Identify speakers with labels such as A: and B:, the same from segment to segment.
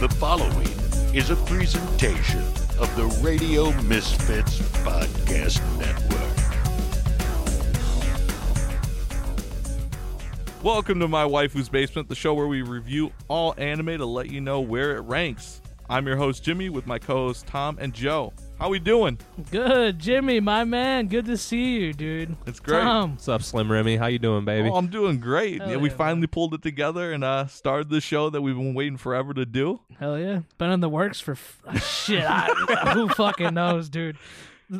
A: The following is a presentation of the Radio Misfits Podcast Network.
B: Welcome to My Waifu's Basement, the show where we review all anime to let you know where it ranks. I'm your host Jimmy with my co-host Tom and Joe. How we doing?
C: Good, Jimmy, my man. Good to see you, dude.
B: It's great.
C: Tom,
D: What's up, Slim Remy? How you doing, baby?
B: Oh, I'm doing great.
C: Hell
B: Yeah, we
C: yeah,
B: finally pulled it together and uh, started the show that we've been waiting forever to do.
C: hell yeah. Been in the works for f- ah, shit. I, who fucking knows, dude?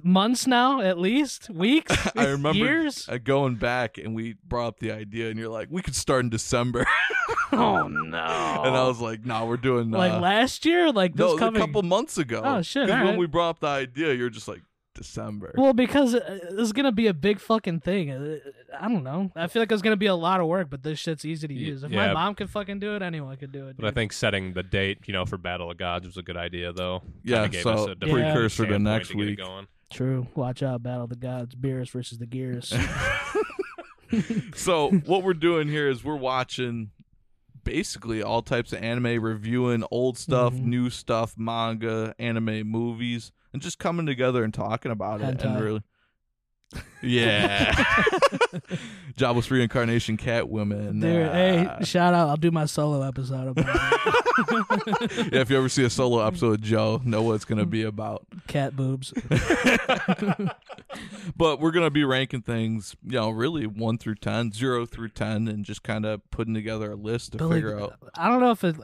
C: Months now, at least weeks.
B: I remember
C: years.
B: uh, going back and we brought up the idea, and you're like, "We could start in December,"
C: oh no!
B: and I was like, "No, we're doing uh,
C: like last year, like this
B: no, a
C: coming.
B: couple months ago."
C: Oh, shit,
B: 'Cause
C: all
B: when
C: right.
B: we brought up the idea, you're just like December.
C: Well, because uh, this is gonna be a big fucking thing. Uh, I don't know. I feel like it's gonna be a lot of work, but this shit's easy to
D: Y-
C: use. If my
D: yeah.
C: mom could fucking do it, anyone could do it.
D: but I
C: dude.
D: think setting the date, you know, for Battle of Gods was a good idea, though. Kinda
B: Yeah,
D: gave
B: so
D: us a different
B: precursor to
D: standpoint
B: next
D: to get it
B: week.
D: going.
C: True. Watch out, Battle of the Gods, Beerus versus the Gears.
B: so what we're doing here is we're watching basically all types of anime reviewing old stuff
C: Mhm.
B: new stuff manga anime movies and just coming together and talking about it and
C: Hentai.
B: really yeah jobless reincarnation uh, cat women
C: Dude, hey, shout out! I'll do my solo episode about it.
B: yeah, if you ever see a solo episode of joe know what it's gonna be about
C: cat boobs.
B: but we're gonna be ranking things you know really 1 through 10 0 through 10 and just kind of putting together a list to
C: But, like,
B: figure out
C: I don't know if it.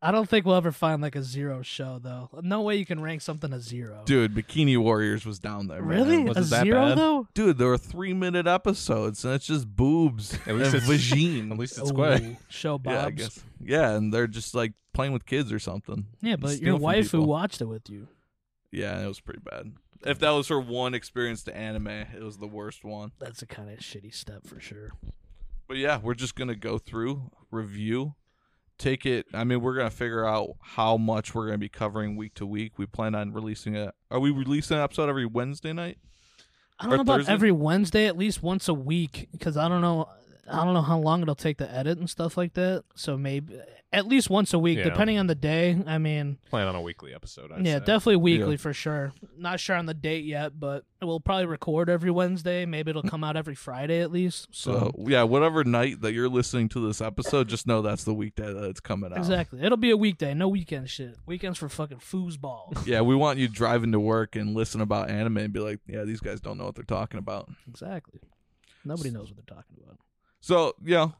C: I don't think we'll ever find like a zero show though. No way you can rank something a zero.
B: Dude, Bikini Warriors was down there. man.
C: Really?
B: Was
C: A
B: it that
C: zero,
B: bad?
C: though?
B: Dude, there were three minute episodes, and it's just boobs
D: At least
B: and
D: it's-
B: vagine.
D: At least
C: Ooh,
D: it's quick.
C: Show Oh, Bob's.
B: yeah, I guess. Yeah, and they're just like playing with kids or something.
C: Yeah, but
B: Steal
C: your
B: from
C: wife who
B: people.
C: watched it with you.
B: Yeah, it was pretty bad. If that was her one experience to anime, it was the worst one.
C: That's a kind of shitty step for sure.
B: But yeah, we're just gonna go through review. Take it. I mean, we're gonna figure out how much we're gonna be covering week to week. We plan on releasing a. Are we releasing an episode every Wednesday night?
C: I don't
B: Or
C: know about
B: Thursday?
C: every Wednesday, at least once a week, because I don't know. I don't know how long it'll take to edit and stuff like that. So maybe at least once a week,
D: Yeah.
C: depending on the day. I mean,
D: Plan on a weekly episode. I'd
C: yeah,
D: say.
C: definitely weekly for sure. Not sure on the date yet, but we'll probably record every Wednesday. Maybe it'll come out every Friday at least.
B: So
C: So,
B: yeah, whatever night that you're listening to this episode, just know that's the weekday that uh, it's coming out.
C: exactly, it'll be a weekday, no weekend shit. Weekends for fucking foosball.
B: Yeah, we want you driving to work and listen about anime and be like, yeah, these guys don't know what they're talking about.
C: exactly. Nobody knows what they're talking about.
B: So yeah,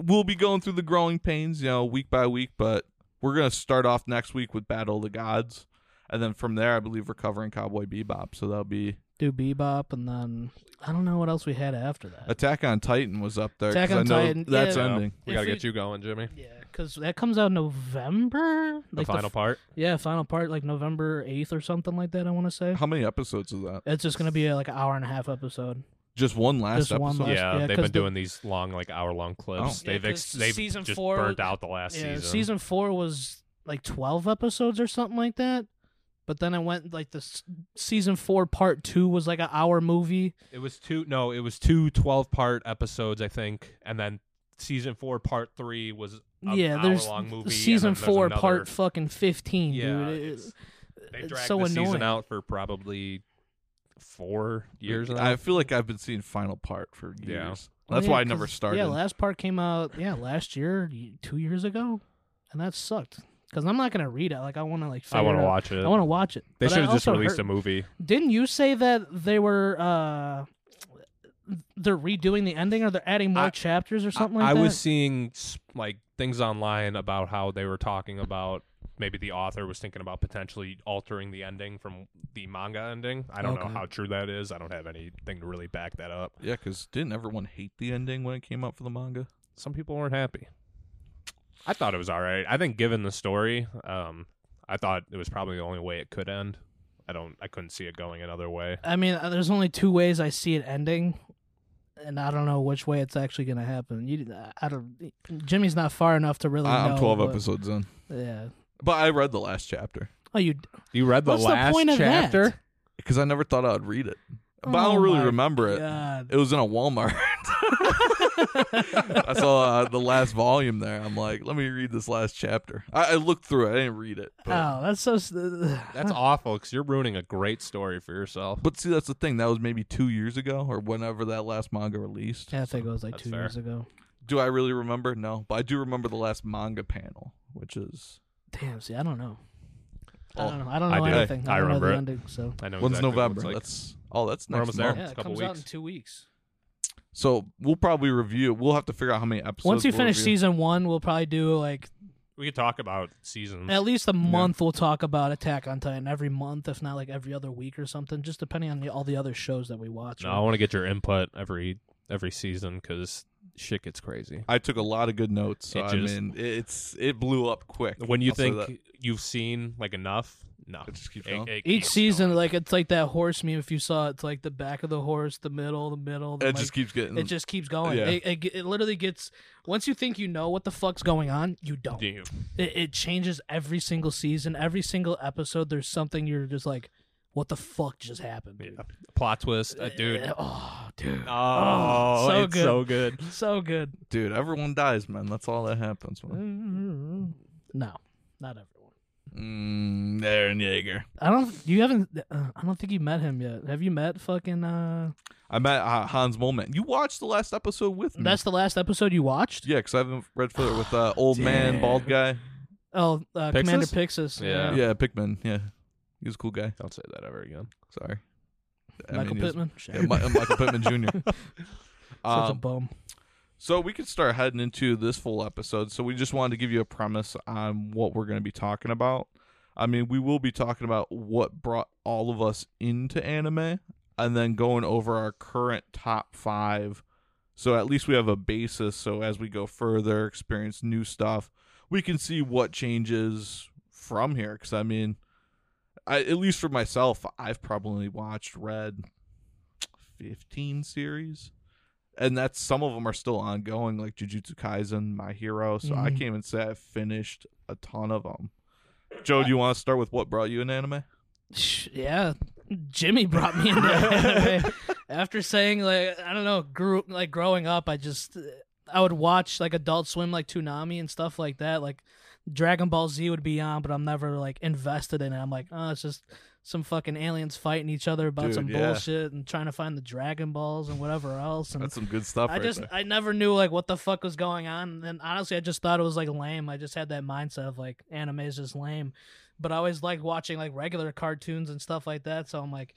B: we'll be going through the growing pains, you know, week by week. But we're gonna start off next week with Battle of the Gods, and then from there, I believe we're covering Cowboy Bebop. So that'll be
C: Do bebop, and then I don't know what else we had after that.
B: Attack on Titan was up there.
C: Attack
B: 'cause
C: on
B: I know
C: Titan,
B: That's
D: So,
C: yeah.
B: ending.
D: We gotta
C: If we-
D: get you going, Jimmy.
C: Yeah, because that comes out November.
D: The final
C: f-
D: part.
C: yeah, final part like November eighth or something like that. I want to say
B: How many episodes is that?
C: it's just gonna be uh, like an hour and a half episode.
B: Just one last
C: Just
B: episode.
C: one last-
D: yeah,
C: yeah,
D: they've
C: 'cause
D: been
C: the-
D: doing these long, like hour-long clips.
B: Oh.
C: Yeah,
D: they've
C: 'cause
D: ex- they've
C: season
D: just
C: four-
D: burnt out the last
C: yeah,
D: season.
C: four was like twelve episodes or something like that. But then I went like the s- season four part two was like an hour movie.
D: It was two. No, it was two 12-part episodes, I think, and then season four, part three was an
C: yeah, there's
D: hour-long movie. and
C: season
D: then there's
C: four
D: another-
C: part fucking fifteen,
D: Yeah,
C: dude. It-
D: it's- They
C: it's
D: dragged
C: so
D: the
C: annoying.
D: season out for probably four years. Now.
B: I feel like I've been seeing Final Part for years.
D: Yeah.
B: That's
C: Yeah,
B: why I never
C: 'cause-
B: started.
C: Yeah, last part came out yeah last year, y- two years ago, and that sucked because I'm not gonna read it. Like I want to like.
D: I
C: want to
D: watch it.
C: I want to watch it.
D: They
C: But I
D: should have just
C: also
D: released
C: heard-
D: a movie.
C: Didn't you say that they were uh they're redoing the ending or they're adding more
D: I-
C: chapters or something
D: I,
C: like
D: I
C: that?
D: was seeing s- like things online about how they were talking about maybe the author was thinking about potentially altering the ending from the manga ending. I don't know
C: Okay.
D: how true that is. I don't have anything to really back that up.
B: Yeah, because didn't everyone hate the ending when it came out for the manga?
D: Some people weren't happy. I thought it was all right. I think given the story, um, I thought it was probably the only way it could end. I don't. I couldn't see it going another way.
C: I mean, uh, there's only two ways I see it ending, and I don't know which way it's actually gonna happen. You, I- I don't. Jimmy's not far enough to really.
B: I, I'm
C: know
B: 12
C: Oh, what-
B: episodes in,
C: Yeah.
B: but I read the last chapter
C: Oh, you.
D: You read
C: what's the point of that?
B: because I never thought I'd read it, but I don't
C: Oh
B: really
C: my
B: remember it.
C: God.
B: It was in a Walmart. I saw uh, the last volume there. I'm like, let me read this last chapter. I, I looked through it. I didn't read it. But,
C: Oh, that's so. s-
D: That's awful because you're ruining a great story for yourself.
B: but see, that's the thing. That was maybe two years ago or whenever that last manga released.
C: Yeah, I think it was like
D: That's
C: two
D: fair.
C: years ago.
B: Do I really remember? No, but I do remember the last manga panel, which is
C: Damn. See, I don't know.
B: Oh,
C: I don't know. I don't know
D: I do.
C: anything.
D: I
C: don't
D: remember
C: know
D: it.
C: the ending. So
D: I know
B: when's
D: Oh, exactly what
B: November.
D: it's like.
B: That's oh, that's
D: We're
B: next
D: almost there.
B: month.
C: yeah,
D: Yeah, it's a
C: it
D: couple
C: comes out in
D: weeks.
C: two weeks.
B: So we'll probably review. We'll have to figure out how many episodes.
C: Once you
B: we'll
C: finish
B: review.
C: season one, we'll probably do like
D: We could talk about seasons.
C: at least a month. We'll talk about Attack on Titan every month, if not like every other week or something, just depending on the, all the other shows that we watch.
D: No, I want to get your input every every season because shit gets crazy.
B: I took a lot of good notes. So
D: It
B: I
D: just-
B: mean, it's it blew up quick.
D: When you
B: I'll say that.
D: think you've seen like enough, no.
B: it just keeps
D: It-
B: going.
D: it
C: Each
D: keeps
C: season, like it's like that horse meme. If you saw, it, it's like the back of the horse, the middle, the middle.
B: it
C: The
B: just
C: just
B: keeps getting.
C: it just keeps going.
B: Yeah.
C: It, it ge- it literally gets once you think you know what the fuck's going on, you don't.
D: going. Damn.
C: It, it changes every single season, every single episode. There's something you're just like, what the fuck just happened, dude?
D: Yeah. Plot twist, uh, dude.
C: Eh, Oh, dude.
D: Oh,
C: so
D: it's
C: good.
D: so good.
C: So good.
B: dude, everyone dies, man. That's all that happens. Man.
C: No, not everyone. Mm-hmm.
B: Mm, Aaron Yeager.
C: I don't. You haven't. Uh, I don't think you met him yet. Have you met fucking? uh
B: I met uh, Hans Molman. You watched the last episode with me.
C: That's the last episode you watched.
B: yeah, because I haven't read further with uh, old man,
C: Damn.
B: bald guy.
C: Oh, uh, Commander
D: Pixis?
C: Pixis.
D: Yeah.
B: Yeah. Pikmin. Yeah, he was a cool guy.
D: Don't say that ever again.
B: Sorry, I
C: Michael
B: mean, he was-
C: Pittman.
B: Yeah, Mi- uh, Michael Pittman Jr.
C: Such a
B: Um,
C: bum.
B: so we could start heading into this full episode. So we just wanted to give you a premise on what we're going to be talking about. I mean, we will be talking about what brought all of us into anime and then going over our current top 5. So at least we have a basis so as we go further, experience new stuff, we can see what changes from here cuz I mean, I at least for myself, I've probably watched read 15 series and that's some of them are still ongoing, like Jujutsu Kaisen, My Hero. So I
C: Mhm.
B: can't even say I finished a ton of them. Joe, do you want to start with what brought you in anime?
C: Sh- Yeah, Jimmy brought me into anime. After saying like I don't know, grew like growing up, I just I would watch like Adult Swim, like Toonami and stuff like that. Like Dragon Ball Z would be on, but I'm never like invested in it. I'm like, oh, it's just some fucking aliens fighting each other about
B: Dude,
C: some
B: yeah.
C: bullshit and trying to find the Dragon Balls and whatever else. And
B: That's some good stuff.
C: I
B: right
C: just
B: there.
C: I never knew like what the fuck was going on, and then honestly, I just thought it was like lame. I just had that mindset of like anime is just lame, but I always liked watching like regular cartoons and stuff like that. So I'm like,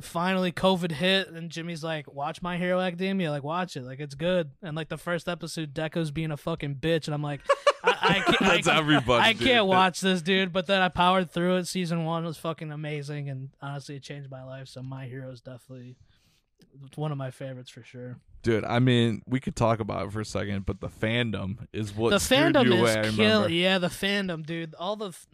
C: finally, COVID hit, and Jimmy's like, watch My Hero Academia, like watch it, like it's good. And like the first episode, Deco's being a fucking bitch, and I'm like, I, I can't, I
B: That's
C: can't-
B: everybody.
C: I
B: dude.
C: can't watch this, dude. But then I powered through it. Season one was fucking amazing, and honestly, it changed my life. So My Hero is definitely one of my favorites for sure.
B: dude. I mean, we could talk about it for a second, but the fandom is what
C: the
B: steered
C: fandom
B: you away, I
C: is kill.
B: remember.
C: Yeah, the fandom, dude. All the f-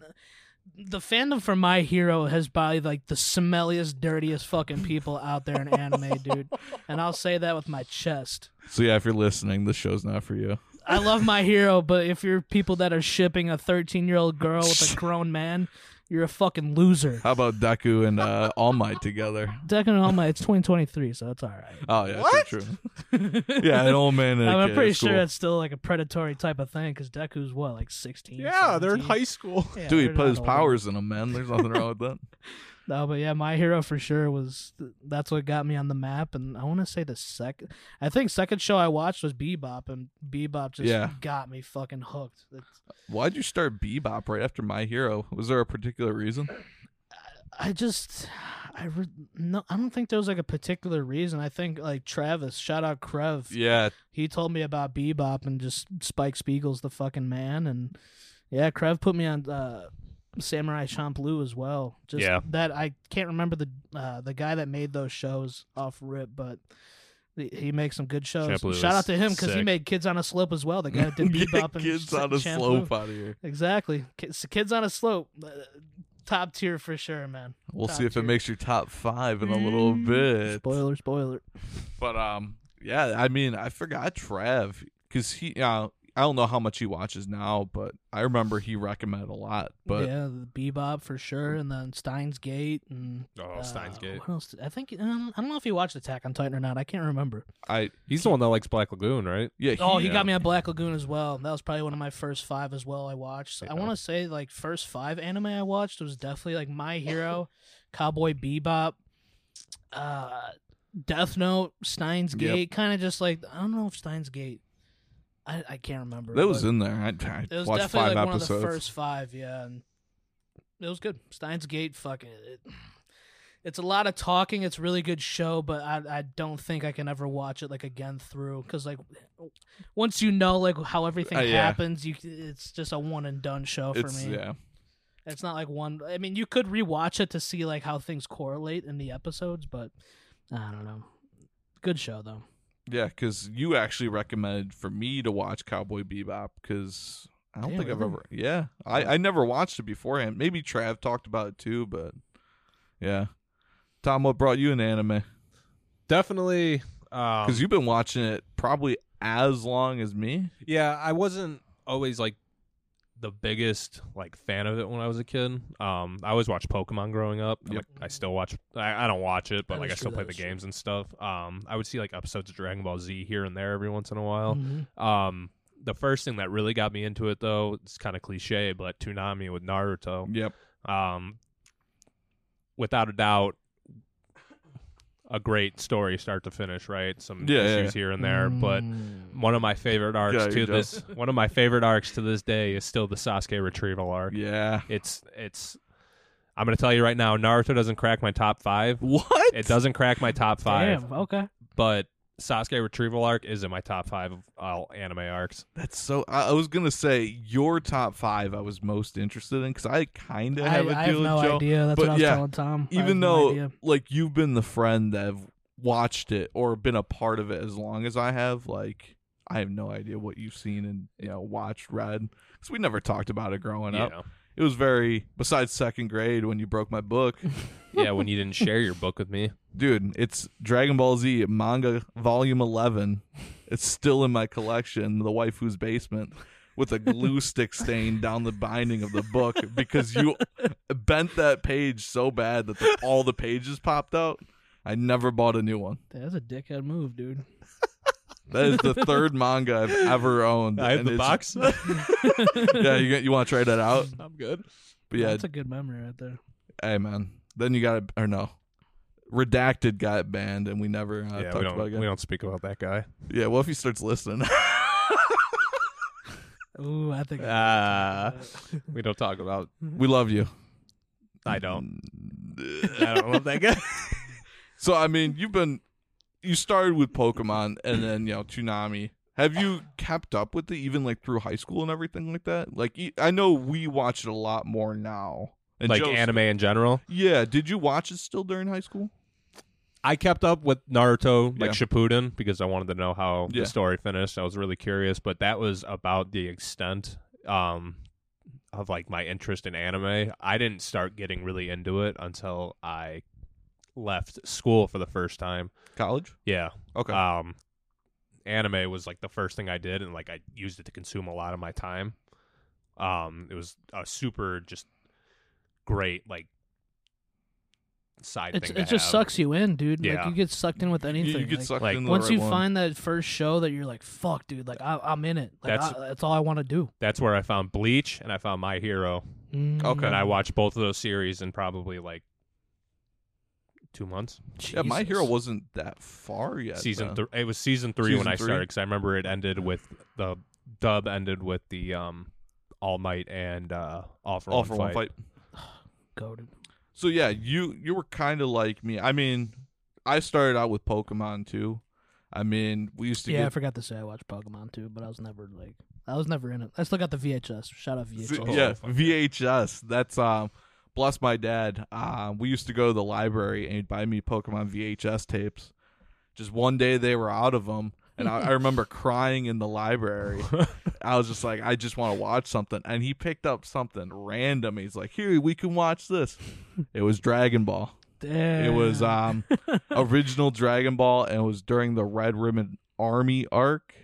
C: the fandom for My Hero has probably like the smelliest, dirtiest fucking people out there in anime, dude. And I'll say that with my chest.
B: So yeah, if you're listening, this show's not for you.
C: I love My Hero, but if you're people that are shipping a 13 year old girl with a grown man, you're a fucking loser.
B: How about Deku and uh, All Might together?
C: Deku and All Might, it's 2023, so that's all right.
B: Oh yeah, true, true. yeah, an old man. And a
C: I'm
B: kid,
C: pretty
B: it's
C: sure
B: cool.
C: that's still like a predatory type of thing because Deku's what, like 16?
D: school.
C: Yeah,
B: Dude,
C: they're
B: he put his
C: not old.
B: powers in him, man. There's nothing wrong with that.
C: No, but yeah, my hero for sure was that's what got me on the map, and I want to say the second, I think second show I watched was Bebop, and Bebop just
B: Yeah.
C: got me fucking hooked. It's-
B: Why'd you start Bebop right after My Hero? Was there a particular reason?
C: I just, I re- no, I don't think there was like a particular reason. I think like Travis, shout out Krev,
B: Yeah,
C: he told me about Bebop and just Spike Spiegel's the fucking man, and yeah, Krev put me on uh, Samurai Champloo as well. Just
D: Yeah.
C: that I can't remember the uh, the guy that made those shows off rip, but he- he makes some good shows.
D: Champloo
C: Shout out
D: is
C: to him because he
D: sick.
C: made Kids on a Slope as well. The guy that did
B: Get
C: Bebop and
B: kids
C: Ch-
B: on a
C: Champloo.
B: slope out of here.
C: Exactly, kids, kids on a Slope, uh, top tier for sure, man.
B: We'll
C: Top
B: see if
C: tier. Mm,
B: it makes your top five in a little bit.
C: Spoiler, spoiler.
B: But um, yeah, I mean, I forgot Trav because he uh, I don't know how much he watches now, but I remember he recommended a lot. But
C: yeah, the Bebop for sure, and then Steins Gate and
D: Oh,
C: uh,
D: Steins Gate.
C: What else? did- I think um, I don't know if he watched Attack on Titan or not. I can't remember.
B: I
D: He's the one that likes Black Lagoon, right?
B: yeah.
C: Oh, he
B: yeah.
C: got me on Black Lagoon as well. That was probably one of my first five as well. I watched.
D: Yeah.
C: I want to say like first five anime I watched was definitely like My Hero, Cowboy Bebop, uh, Death Note, Steins
B: Yep.
C: Gate. Kind of just like I don't know if Steins Gate. I, I can't remember.
B: That was
C: but
B: in there. I,
C: it
B: I
C: was
B: watched
C: definitely
B: five
C: like
B: episodes.
C: one of the first five. Yeah, and it was good. Steins Gate, fucking. It, it's a lot of talking. It's a really good show, but I I don't think I can ever watch it like again through because like once you know like how everything
B: Uh, yeah.
C: happens, you it's just a one and done show for
B: it's
C: me.
B: yeah.
C: It's not like one. I mean, you could rewatch it to see like how things correlate in the episodes, but I don't know. Good show though.
B: Yeah, because you actually recommended for me to watch Cowboy Bebop because I don't
C: Damn,
B: think I've
C: really?
B: ever. Yeah, I, I never watched it beforehand. Maybe Trav talked about it too, but yeah. Tom, what brought you into anime?
D: Definitely. Um,
B: Because you've been watching it probably as long as me.
D: Yeah, I wasn't always like the biggest like fan of it when I was a kid. Um, I always watched Pokemon growing up. and,
B: Yep.
D: Like, I still watch. I, I don't watch it, but
C: That
D: like
C: is
D: I
C: true,
D: still play
C: that
D: the
C: is true.
D: games and stuff. Um, I would see like episodes of Dragon Ball Z here and there every once in a while.
C: Mhm.
D: Um, the first thing that really got me into it though, it's kind of cliche, but Toonami with Naruto
B: Yep.
D: um, without a doubt, a great story start to finish. Right, some
B: Yeah, yeah,
D: issues here and there,
C: Mm.
D: but one of my favorite arcs
B: Yeah,
D: to
B: you do.
D: this one of my favorite arcs to this day is still the Sasuke retrieval arc.
B: Yeah.
D: It's it's. I'm gonna tell you right now, Naruto doesn't crack my top five.
B: What?
D: It doesn't crack my top five,
C: Damn, okay.
D: but Sasuke retrieval arc is in my top five of all anime arcs.
B: That's so. I, I was gonna say your top five. I was most interested in because I kind of
C: I,
B: have a
C: I have
B: deal
C: no
B: with Joe.
C: idea. That's
B: but
C: what I was
B: yeah,
C: telling Tom. I have
B: even
C: no
B: though
C: idea.
B: like you've been the friend that have watched it or been a part of it as long as I have, like I have no idea what you've seen and you know watched, read because we never talked about it growing up.
D: Yeah.
B: It was very besides second grade when you broke my book,
D: yeah, when you didn't share your book with me.
B: dude. It's Dragon Ball Z manga volume eleven. It's still in my collection, the waifu's basement. With a glue stick stain down the binding of the book because you bent that page so bad that the, all the pages popped out. I never bought a new one.
C: that's a dickhead move, dude.
B: That is the third manga I've ever owned. and it's- yeah, you get- you want to trade that out?
D: I'm good.
B: But yeah,
C: that's a good memory right there.
B: hey man. Then you got or no, redacted got banned, and we never uh,
D: yeah,
B: talked
D: we
B: about it.
D: don't,
B: again.
D: we don't speak about that guy.
B: Yeah, well if he starts listening?
C: Ooh, I think.
B: Uh,
D: Ah. We don't talk about.
B: we love you.
D: I don't. I don't love that guy.
B: So I mean, you've been you started with Pokemon, and then you know Toonami. Have you kept up with it even like through high school and everything like that? Like e- I know we watch it a lot more now. And
D: like
B: Joe's-
D: anime in general.
B: Yeah, did you watch it still during high school?
D: I kept up with Naruto, like
B: Yeah.
D: Shippuden, because I wanted to know how
B: Yeah.
D: the story finished. I was really curious, but that was about the extent um, of like my interest in anime. I didn't start getting really into it until I left school for the first time.
B: College?
D: Yeah,
B: Okay.
C: Uh,
D: um anime was like the first thing i did and like i used it to consume a lot of my time um it was a super just great like side
C: It's,
D: thing to
C: it just
D: have.
C: sucks you in, dude.
D: Yeah.
C: Like you get sucked in with
B: You-
C: anything.
B: you get
C: Like,
B: sucked
D: like,
B: into the
C: once
B: right
C: you
B: one.
C: find that first show that you're like, "Fuck, dude! Like I, I'm in it. Like
D: That's-
C: I, that's all I want to do."
D: that's where i found bleach and i found my hero
B: Okay.
D: and i watched both of those series in probably like two months
B: Yeah, my
C: Jesus.
B: hero wasn't that far yet.
D: season
B: though.
D: three it was season three when
B: Season
D: i
B: three?
D: started because i remember it ended with the dub ended with the um all might and uh all for,
B: all
D: one,
B: for
D: fight.
B: one fight.
C: Goated.
B: So yeah, you you were kind of like me. I mean, I started out with Pokemon too. I mean, we used to
C: Yeah, I
B: get
C: forgot to say I watched Pokemon too, but I was never like, I was never in it. I still got the VHS. Shout out
B: V-
C: VHS.
D: Oh,
B: yeah,
D: fuck.
B: VHS. That's um bless my dad. Um we used to go to the library and he'd buy me Pokemon VHS tapes. Just one day they were out of them and I, I remember crying in the library. I was just like I just want to watch something and he picked up something random. He's like, "Here, we can watch this." It was Dragon Ball.
C: Damn.
B: It was um original Dragon Ball and it was during the Red Ribbon Army arc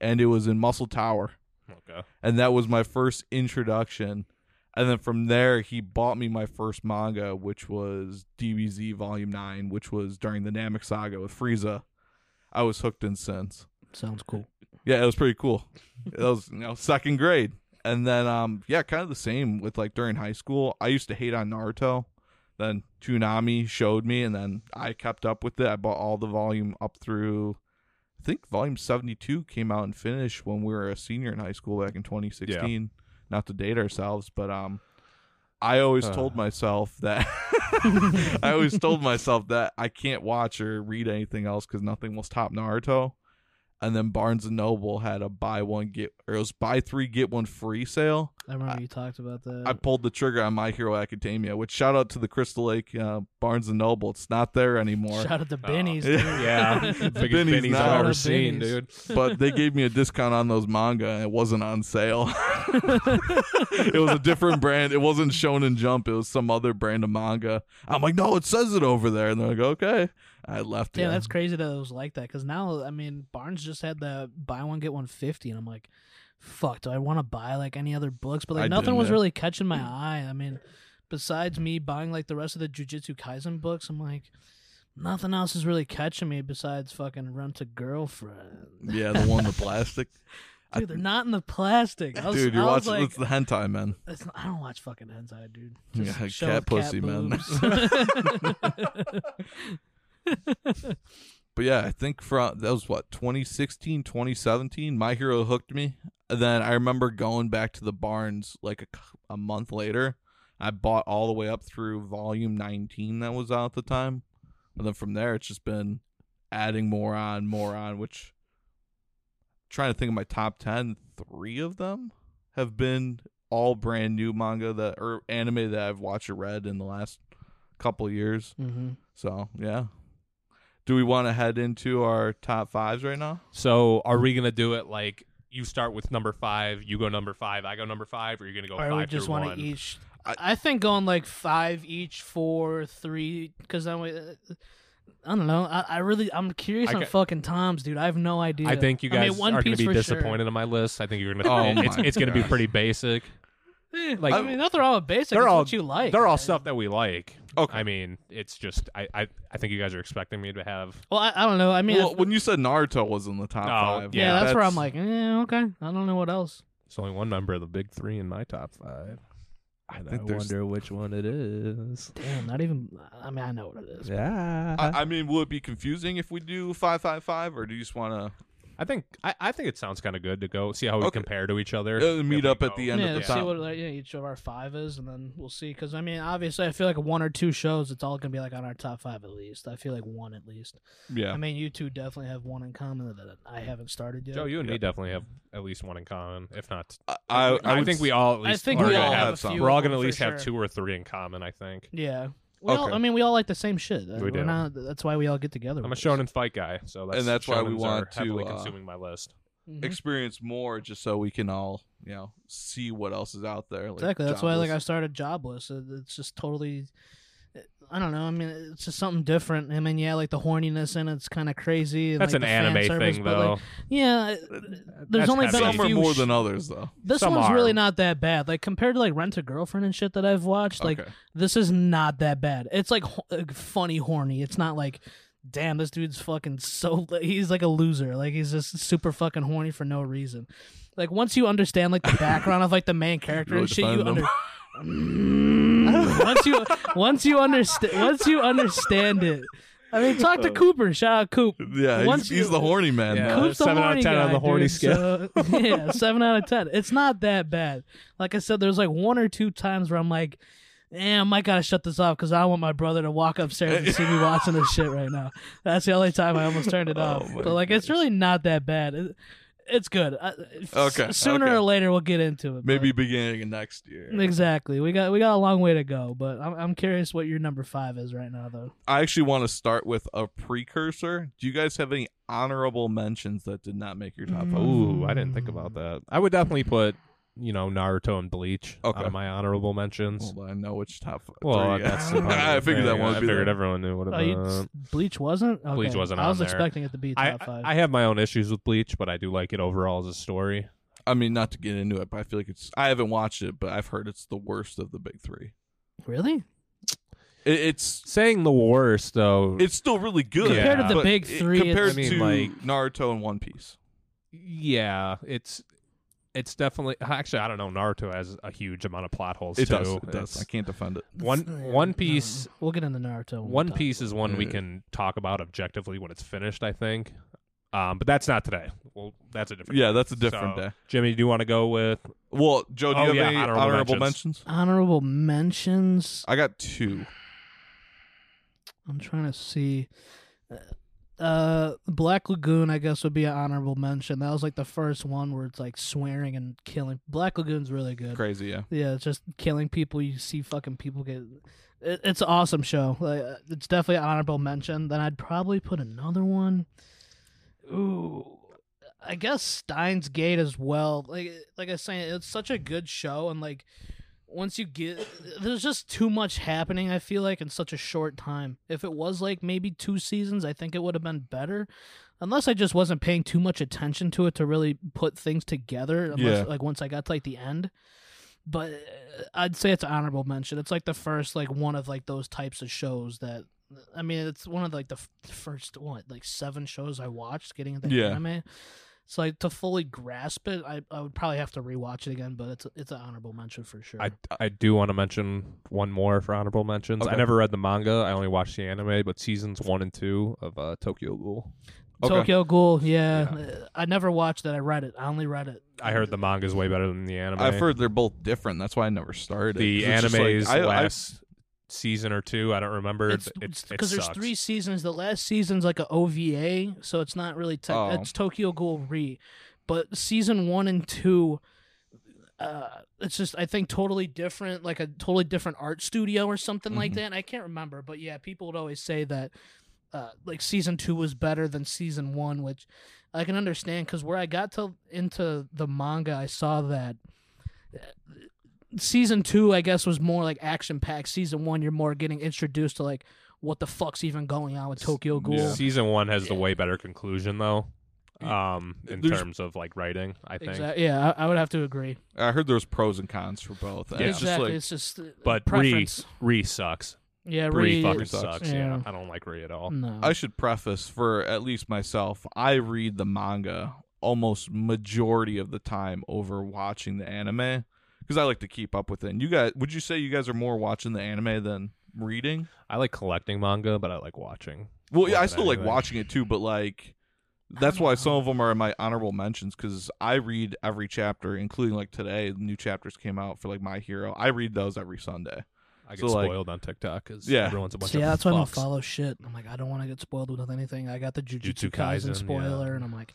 B: and it was in Muscle Tower.
D: Okay.
B: and that was my first introduction. And then from there, he bought me my first manga, which was DBZ Volume Nine, which was during the Namek Saga with Frieza. I was hooked in since.
C: Sounds cool.
B: Yeah, it was pretty cool. It was you know second grade, and then um yeah, kind of the same with like during high school. I used to hate on Naruto. Then Toonami showed me, and then I kept up with it. I bought all the volume up through, I think volume seventy two came out and finished when we were a senior in high school back in twenty sixteen. Not to date ourselves, but um, I always
D: Uh.
B: told myself that I always told myself that I can't watch or read anything else because nothing will top Naruto. And then Barnes and Noble had a buy one get or it was buy three get one free sale.
C: I remember you talked about that.
B: I pulled the trigger on My Hero Academia, which shout out to the Crystal Lake uh, Barnes and Noble. It's not there anymore,
C: Shout out to Benny's.
B: uh, Yeah.
C: dude.
D: Uh, Yeah. Biggest
B: Benny's
D: Benny's
B: now.
D: I've ever seen,
C: Benny's.
D: dude.
B: but they gave me a discount on those manga, and it wasn't on sale. it was a different brand. It wasn't Shonen Jump. It was some other brand of manga. I'm like, no, it says it over there, and they're like, okay. I left.
C: Damn,
B: it.
C: that's crazy that it was like that. Because now, I mean, Barnes just had the buy one get one fifty, and I'm like, fuck, do I want to buy like any other books? But like
B: I
C: nothing
B: didn't,
C: was
B: yeah.
C: really catching my eye. I mean, besides me buying like the rest of the Jujutsu Kaisen books, I'm like, nothing else is really catching me besides fucking Rent a Girlfriend.
B: Yeah, the one the plastic. I-
C: Dude, they're not in the plastic. I was,
B: Dude, you're
C: I was
B: watching.
C: like,
B: it's the hentai man.
C: It's not- I don't watch fucking hentai, dude.
B: Yeah,
C: Just
B: cat
C: show with
B: pussy, man.
C: boobs.
B: But yeah, I think from that was what 2016, 2017. My hero hooked me. And then I remember going back to the Barnes like a, c- a month later. I bought all the way up through volume 19 that was out at the time. And then from there, it's just been adding more on, more on. Which trying to think of my top 10, three of them have been all brand new manga that or anime that I've watched or read in the last couple years.
C: hmm
B: So yeah. Do we want to head into our top fives right now?
D: So are we gonna do it like you start with number five, you go number five, I go number five, or you're gonna go
C: Or
D: five
C: we just
D: through
C: want
D: one?
C: to each. I,
B: I-
C: think going like five each, four, three, because then we. uh, I don't know. I, I really, I'm curious
D: I
C: on
D: ca-
C: fucking Tom's, dude. I have no idea.
D: I think you
C: I mean,
D: guys
C: One
D: are going
C: Piece
D: to
C: for
D: be
C: sure.
D: disappointed in my list. I think you're going to.
B: Oh
D: it's
B: my
D: it's going to be
B: gosh.
D: pretty basic.
C: Eh,
D: like-
C: I mean, nothing wrong with basic.
D: They're
C: it's
D: all-
C: what you like.
D: They're all
C: man.
D: stuff that we like.
B: Okay.
D: I mean, it's just I, I, I think you guys are expecting me to have.
C: Well, I, I don't know. I mean,
B: well,
C: if-
B: when you said Naruto was in the top
D: Oh,
B: five,
C: yeah,
D: yeah,
C: that's, where I'm like, eh, okay. I don't know what else.
D: It's only one member of the big three in my top five.
B: I think there's.
D: which one it is.
C: Damn, not even. I mean, I know what it is.
D: Yeah, I,
C: uh-huh.
B: I, I mean, will it be confusing if we do five five five, or do you just want
D: I think I, I think it sounds kind of good to go see how we
B: Okay.
D: compare to each other.
B: to
D: if
B: meet
D: we
B: up at
D: go.
B: the end
C: yeah,
B: of the
C: let's
B: top?
C: see what like, yeah, each of our five is, and then we'll see. Because I mean, obviously, I feel like one or two shows, it's all gonna be like on our top five at least. I feel like one at least.
B: yeah,
C: I mean, you two definitely have one in common that I haven't started yet.
D: Joe, you and
B: Yeah.
D: me definitely have at least one in common, if not.
B: I, I, I
D: I
B: would
D: think
B: s-
D: we all at
C: I
D: least
C: think
D: are
B: we
D: gonna
B: all
D: have
B: have some.
D: We're all
C: of
D: going to
C: them
D: at
C: for
D: least have
C: sure.
D: two or three in common, I think.
C: Yeah. We all,
B: Okay.
C: I mean, we all like the same shit.
D: We
C: We're
D: do.
C: not- that's why we all get together.
D: I'm a
C: with this.
D: shonen fight guy, so that's,
B: And that's why we
D: shonens are
B: want to,
D: heavily
B: uh,
D: consuming my list.
C: Mhm.
B: Mm-hmm. experience more just so we can all you know see what else is out there. Like
C: Exactly. That's why, like, I
B: jobless.
C: started jobless. It- It's just totally. I don't know. I mean, it's just something different. I mean, yeah, like the horniness in it's kind of crazy. and,
D: That's
C: like,
D: an
C: the fan
D: anime
C: service,
D: thing,
C: but, like,
D: though. Uh,
C: yeah, it- there's
D: That's
C: only been a
D: heavy.
B: some are
C: few.
B: more
C: sh-
B: than others though.
C: this
D: Some
C: one's really
D: are.
C: not that bad. Like compared to like Rent a Girlfriend and shit that I've watched, like
B: okay.
C: this is not that bad. It's like ho- like, funny, horny. It's not like, damn, this dude's fucking so. He's like a loser. Like he's just super fucking horny for no reason. Like once you understand like the background of like the main character
B: Really
C: and shit, you
B: define them.
C: under. Mm, once you once you understand once you understand it. I mean, talk to Cooper. Shout out Coop.
B: Oh. yeah,
C: once
B: he's, he's
C: you-
B: the horny man.
D: Yeah.
B: now.
C: Coop's the
D: Uh, seven out of
C: horny
D: 10 on
C: guy,
D: the horny
C: dude,
D: scale.
C: so- yeah, seven out of ten. It's not that bad. Like I said, there's like one or two times where I'm like, "Eh, I might gotta shut this off because I don't want my brother to walk upstairs and see me watching this shit right now." That's the only time I almost turned it
B: Oh
C: off.
B: my
C: But like, it's really not that bad. It- it's good. I,
B: Okay,
C: s- sooner
B: okay.
C: or later we'll get into it. but-
B: Maybe beginning of next year.
C: Exactly. We got we got a long way to go, but I'm I'm curious what your number five is right now though.
B: I actually want to start with a precursor. Do you guys have any honorable mentions that did not make your
D: Mm.
B: top five?
D: Ooh,
C: mm.
D: I didn't think about that. I would definitely put, you know, Naruto and Bleach
B: Okay.
D: out of my honorable mentions.
B: Well, I know which top f-
D: Well,
B: three.
D: that's
C: the problem.
B: I figured that one
D: Yeah, I
B: would be
D: figured
B: there.
D: everyone knew what
C: Oh, you, s-
D: about.
C: Bleach wasn't. Okay.
D: Uh, Bleach wasn't
C: I was
D: on there.
C: expecting it to be
D: I,
C: top five.
D: I have my own issues with Bleach, but I do like it overall as a story.
B: I mean, not to get into it, but I feel like it's. I haven't watched it, but I've heard it's the worst of the big three.
C: Really?
B: It, it's
D: Saying the worst though,
B: it's still really good
D: Compared to the
B: but
C: big
B: it-
C: three, it's-
B: Compared
D: I mean,
B: to
D: like-
B: Naruto and One Piece,
D: yeah, it's it's definitely actually I don't know Naruto has a huge amount of plot holes
B: it
D: too.
B: does. It does.
D: It's-
B: I can't defend it.
D: One
C: Oh, Yeah,
D: One
C: no,
D: Piece
C: We'll get into Naruto.
B: Oh
C: when we
D: One
C: talk.
D: Piece is one we
B: Yeah.
D: can talk about objectively when it's finished, I think. Um, but that's not today. Well, that's a different.
B: Yeah, that's a different
D: So-
B: day.
D: Jimmy, do you want to go with?
B: Well, Joe, do
D: Oh,
B: you have
D: yeah,
B: any honorable,
D: honorable
B: mentions?
D: mentions.
C: Honorable mentions.
B: I got two.
C: I'm trying to see. Uh, Black Lagoon, I guess, would be an honorable mention. That was like the first one where it's like swearing and killing. Black Lagoon's really good.
B: Crazy, yeah.
C: Yeah, it's just killing people. You see fucking people get. It, it's an awesome show. Like, uh, it's definitely an honorable mention. Then I'd probably put another one. Ooh, I guess Steins Gate as well. Like, like I was saying, it's such a good show, and like once you get, there's just too much happening. I feel like in such a short time. If it was like maybe two seasons, I think it would have been better. Unless I just wasn't paying too much attention to it to really put things together. Unless,
B: Yeah.
C: Like once I got to like the end but uh, I'd say it's an honorable mention. It's like the first like one of like those types of shows that I mean, it's one of like the f- first what like seven shows I watched getting into
B: Yeah.
C: anime. So like, to fully grasp it, I, I would probably have to rewatch it again. But it's it's an honorable mention for sure.
D: I I do want to mention one more for honorable mentions. I
B: Okay.
D: never read the manga. I only watched the anime, but seasons one and two of uh, Tokyo Ghoul.
B: okay.
C: Tokyo Ghoul, yeah, uh, I never watched it. I read it. I only read it.
D: I heard the manga's way better than the anime.
B: I've heard they're both different. That's why I never started.
D: the
B: 'Cause it's just
D: anime's
B: like, I- I-
D: last season or two. I don't remember.
C: It's
D: It-
C: because
D: it- it
C: there's
D: sucks.
C: three seasons. The last season's like a OVA, so it's not really tech
B: Oh.
C: it's Tokyo Ghoul Re, but season one and two, uh, it's just I think totally different, like a totally different art studio or something like
B: Mhm.
D: Mm-hmm.
C: that. I can't remember, but yeah, people would always say that. Uh, like season two was better than season one, which I can understand because where I got to into the manga, I saw that uh, season two, I guess, was more like action packed. Season one, you're more getting introduced to like what the fuck's even going on with Tokyo Ghoul.
B: Yeah.
D: Season one has the way better conclusion though. Um, in
B: There's-
D: terms of like writing, I think.
C: Exactly. Yeah, I, I would have to agree.
B: I heard there's pros and cons for both. and It's just
C: exactly.
B: like
C: it's just uh,
D: But Re,
C: preference.
D: Re sucks.
C: yeah,
D: Re,
C: re.
D: fucking
B: sucks.
D: sucks.
C: Yeah. Mm.
D: yeah, I don't like Re at all.
C: No.
B: I should preface for at least myself, I read the manga almost majority of the time over watching the anime because I like to keep up with it. And you guys, would you say you guys are more watching the anime than reading?
D: I like collecting manga, but I like watching.
B: Well, yeah,
D: More
B: I
D: than
B: still like
D: anything.
B: watching it too, but like that's why some of them are in my honorable mentions because I read every chapter, including like today, new chapters came out for like My Hero. I read those every Sunday.
D: I get
B: So, like-
D: spoiled on TikTok because
B: Yeah.
D: everyone's a bunch
C: So, yeah,
D: of
C: that's why I don't
D: fucks.
C: follow shit. I'm like, I don't want to get spoiled with anything. I got the Jujutsu
D: Jujutsu Kaisen,
C: Kaisen
D: yeah.
C: spoiler, and I'm like,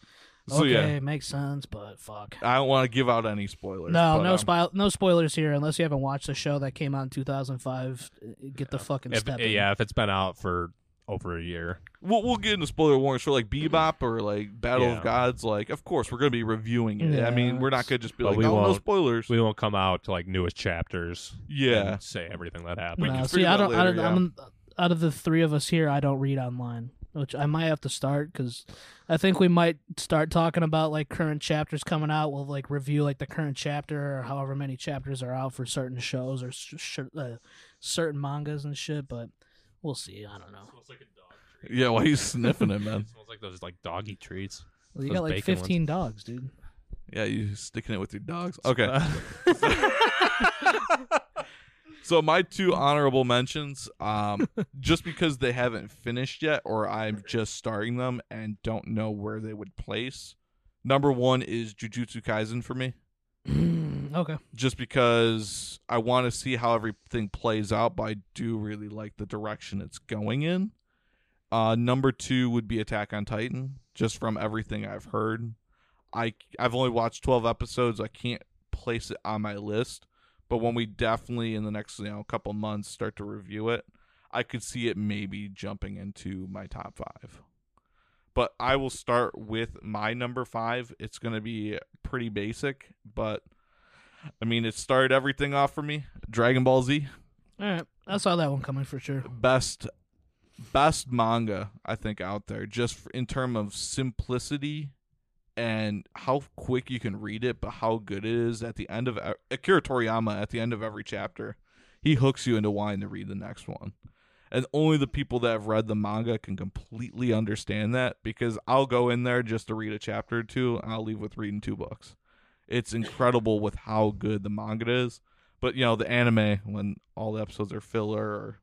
C: okay,
B: So yeah,
C: makes sense, but fuck.
B: I don't want to give out any spoilers.
C: No,
B: but,
C: no
B: um,
C: spoil, no spoilers here unless you haven't watched the show that came out in 2005. Get the fucking
D: If,
C: step. in.
D: yeah, if it's been out for over a year,
B: We'll, we'll get into spoiler warnings for like Bebop or like Battle of
D: Yeah.
B: Gods. Like, of course, we're gonna be reviewing it. I
C: Yeah,
B: mean, we're not gonna just be
D: But
B: like,
D: we
B: oh, no
D: won't.
B: spoilers.
D: we won't come out to like newest chapters.
B: yeah,
D: and say everything that happened.
B: can
C: No,
B: figure
C: see,
B: that
C: I don't. out, of,
B: later,
C: I'm, out of the three of us here, I don't read online, which I might have to start because I think we might start talking about like current chapters coming out. We'll like review like the current chapter or however many chapters are out for certain shows or sh- sh- uh, certain mangas and shit. But we'll see. I don't know.
D: smells like a dog treat.
B: yeah. Why are you sniffing it, man?
D: It smells like those like doggy treats.
C: Well, you
D: Those
C: got like
D: bacon ones.
C: 15 dogs, dude.
B: Yeah, you sticking it with your dogs. Okay. so my two honorable mentions, um, just because they haven't finished yet, or I'm just starting them and don't know where they would place. Number one is Jujutsu Kaisen for me,
C: okay.
B: just because I want to see how everything plays out, but I do really like the direction it's going in. Uh, number two would be Attack on Titan, just from everything I've heard. I I've only watched twelve episodes. I can't place it on my list, but when we definitely in the next you know couple months start to review it, I could see it maybe jumping into my top five. But I will start with my number five. It's going to be pretty basic, but I mean it started everything off for me. Dragon Ball Z
C: All right. I saw that one coming for sure.
B: best best manga I think out there just f- in term of simplicity and how quick you can read it, but how good it is at the end of e- Akira Toriyama at the end of every chapter, he hooks you into wanting to read the next one. And only the people that have read the manga can completely understand that because I'll go in there just to read a chapter or two and I'll leave with reading two books. It's incredible with how good the manga is. But you know, the anime when all the episodes are filler or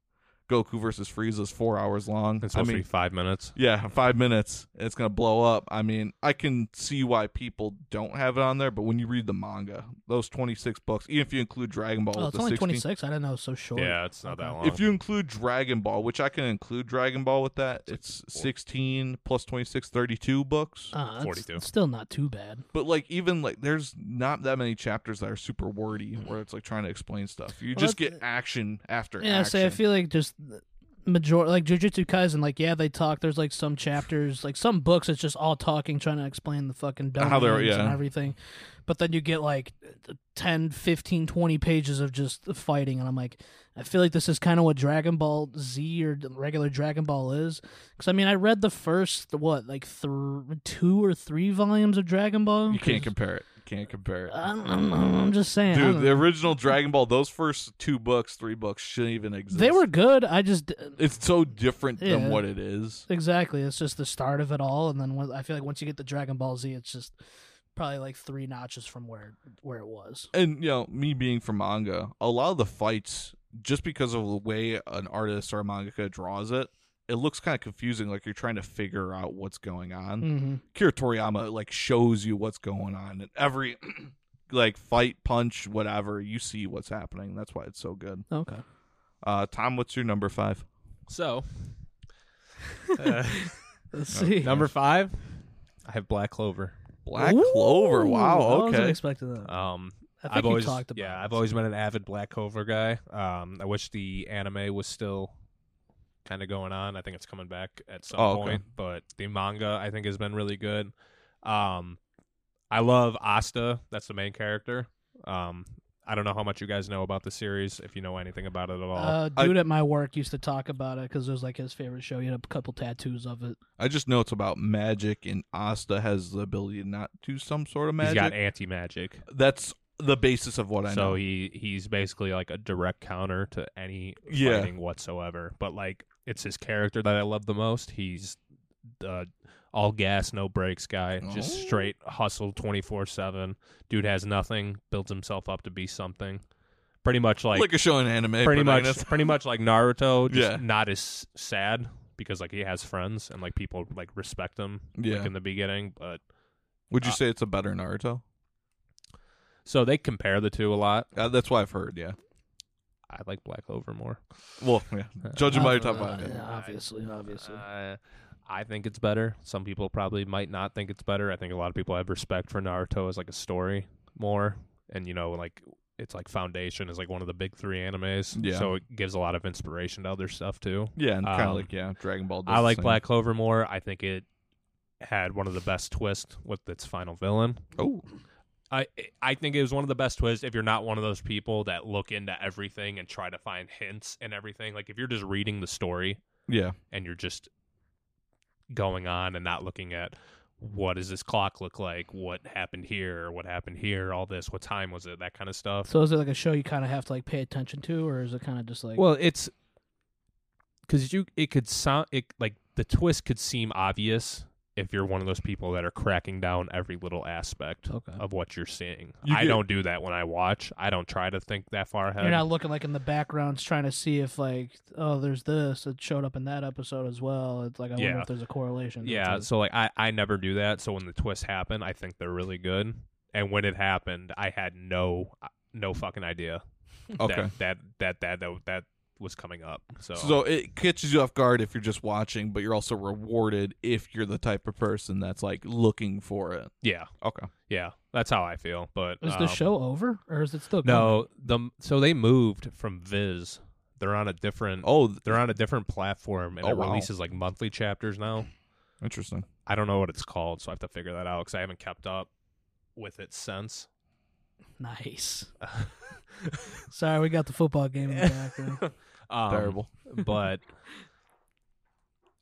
B: Goku versus Frieza is four hours long.
D: It's
B: I
D: supposed
B: mean,
D: to be five minutes.
B: yeah, five minutes. It's gonna blow up. I mean, I can see why people don't have it on there, but when you read the manga, those twenty six books, even if you include Dragon Ball,
C: Oh,
B: with
C: it's
B: the
C: only
B: 16
C: twenty six. I didn't know it was so short.
D: Yeah, it's not that
C: Okay.
D: long.
B: If you include Dragon Ball, which I can include Dragon Ball with that, it's
D: four.
B: sixteen plus 26, 32 books.
C: Uh, that's
D: 42.
C: Still not too bad.
B: But like even like there's not that many chapters that are super wordy where it's like trying to explain stuff. You
C: Well,
B: just
C: that's-
B: get action after
C: Yeah,
B: action.
C: say I feel like just the major like Jujutsu Kaisen, like yeah, they talk. There's like some chapters, like some books, it's just all talking, trying to explain the fucking
B: How they're-
C: domains and
B: yeah.
C: everything. But then you get like 10, 15, 20 pages of just fighting, and I'm like, I feel like this is kind of what Dragon Ball Z or d- regular Dragon Ball is. Because I mean, I read the first what like th- two or three volumes of Dragon Ball.
B: you can't
C: 'cause-
B: compare it. Can't compare it.
C: I don't know, I'm just saying. I
B: Dude,
C: don't
B: the
C: know.
B: original Dragon Ball, those first two books, three books shouldn't even exist.
C: they were good. I just
B: It's so different
C: Yeah.
B: than what it is.
C: Exactly. It's just the start of it all, and then when, I feel like once you get the Dragon Ball Z, it's just probably like three notches from where where it was.
B: And you know, me being from manga, a lot of the fights, just because of the way an artist or a mangaka draws it, it looks kind of confusing. Like you're trying to figure out what's going on.
C: Mm-hmm.
B: Kira Toriyama like shows you what's going on, and every like fight, punch, whatever, you see what's happening. That's why it's so good.
C: Okay.
B: Uh, Tom, what's your number five?
D: so
C: Let's see.
D: Uh, number five, I have Black Clover.
B: Black
C: Ooh,
B: Clover. Wow.
C: I wasn't
B: Okay.
C: expecting that.
D: Um,
C: I
D: I've
C: think
D: always
C: you talked about.
D: yeah,
C: it.
D: I've always been an avid Black Clover guy. Um, I wish the anime was still kind of going on. I think it's coming back at some
B: Oh, okay.
D: point, but the manga I think has been really good. Um, I love Asta. That's the main character. Um, I don't know how much you guys know about the series, if you know anything about it at all.
C: Uh,
B: I-
C: dude at my work used to talk about it because it was like his favorite show. He had a couple tattoos of it.
B: I just know it's about magic, and Asta has the ability to not do some sort of
D: He's
B: magic.
D: got anti magic,
B: That's the basis of what I
D: so
B: know.
D: he he's basically like a direct counter to any
B: Yeah.
D: fighting whatsoever. But like, it's his character that I love the most. He's the all gas, no brakes guy, just
B: Oh.
D: straight hustle twenty four seven. Dude has nothing, builds himself up to be something. Pretty much like,
B: like, a show in anime.
D: pretty
B: protagonist.
D: much pretty much like Naruto, just
B: Yeah.
D: not as sad because like he has friends and like people like respect him
B: Yeah.
D: like in the beginning, but.
B: Would you
D: uh,
B: say it's a better Naruto?
D: So they compare the two a lot.
B: Uh, that's what I've heard. Yeah.
D: I like Black Clover more.
B: Well, yeah. Judging by your top
C: Uh,
B: five. yeah.
C: yeah, obviously, obviously.
D: Uh, I think it's better. Some people probably might not think it's better. I think a lot of people have respect for Naruto as like a story more, and you know, like it's like Foundation is like one of the big three animes,
B: Yeah.
D: so it gives a lot of inspiration to other stuff too.
B: Yeah, and kind of
D: Um,
B: like yeah, Dragon Ball. does
D: I
B: the
D: like
B: same.
D: Black Clover more. I think it had one of the best twists with its final villain.
B: Oh,
D: I I think it was one of the best twists if you're not one of those people that look into everything and try to find hints and everything. Like if you're just reading the story
B: yeah,
D: and you're just going on and not looking at what does this clock look like, what happened here, what happened here, all this, what time was it, that kind of stuff.
C: so is it like a show you kind of have to like pay attention to, or is it kind of just like?
D: Well, it's because you it could sound it like the twist could seem obvious if you're one of those people that are cracking down every little aspect
C: okay.
D: of what you're seeing.
B: You
D: I
B: get-
D: don't do that when I watch. I don't try to think that far ahead.
C: You're not looking like in the backgrounds trying to see if like oh there's this it showed up in that episode as well. It's like I wonder
D: Yeah.
C: if there's a correlation.
D: yeah,
C: It's
D: so like I I never do that. So when the twists happen, I think they're really good. And when it happened, I had no uh, no fucking idea
B: okay.
D: that, that that that that that was coming up. So,
B: So it catches you off guard if you're just watching, but you're also rewarded if you're the type of person that's like looking for it.
D: yeah,
B: Okay.
D: yeah, that's how I feel. But
C: like- is the
D: um,
C: show over or is it still going?
D: No, the so they moved from Viz. They're on a different.
B: Oh, th-
D: They're on a different platform, and
B: Oh,
D: it
B: wow.
D: releases like monthly chapters now.
B: interesting.
D: I don't know what it's called, so I have to figure that out because I haven't kept up with it since.
C: Nice. Sorry, we got the football game in the background.
D: Um,
B: Terrible.
D: but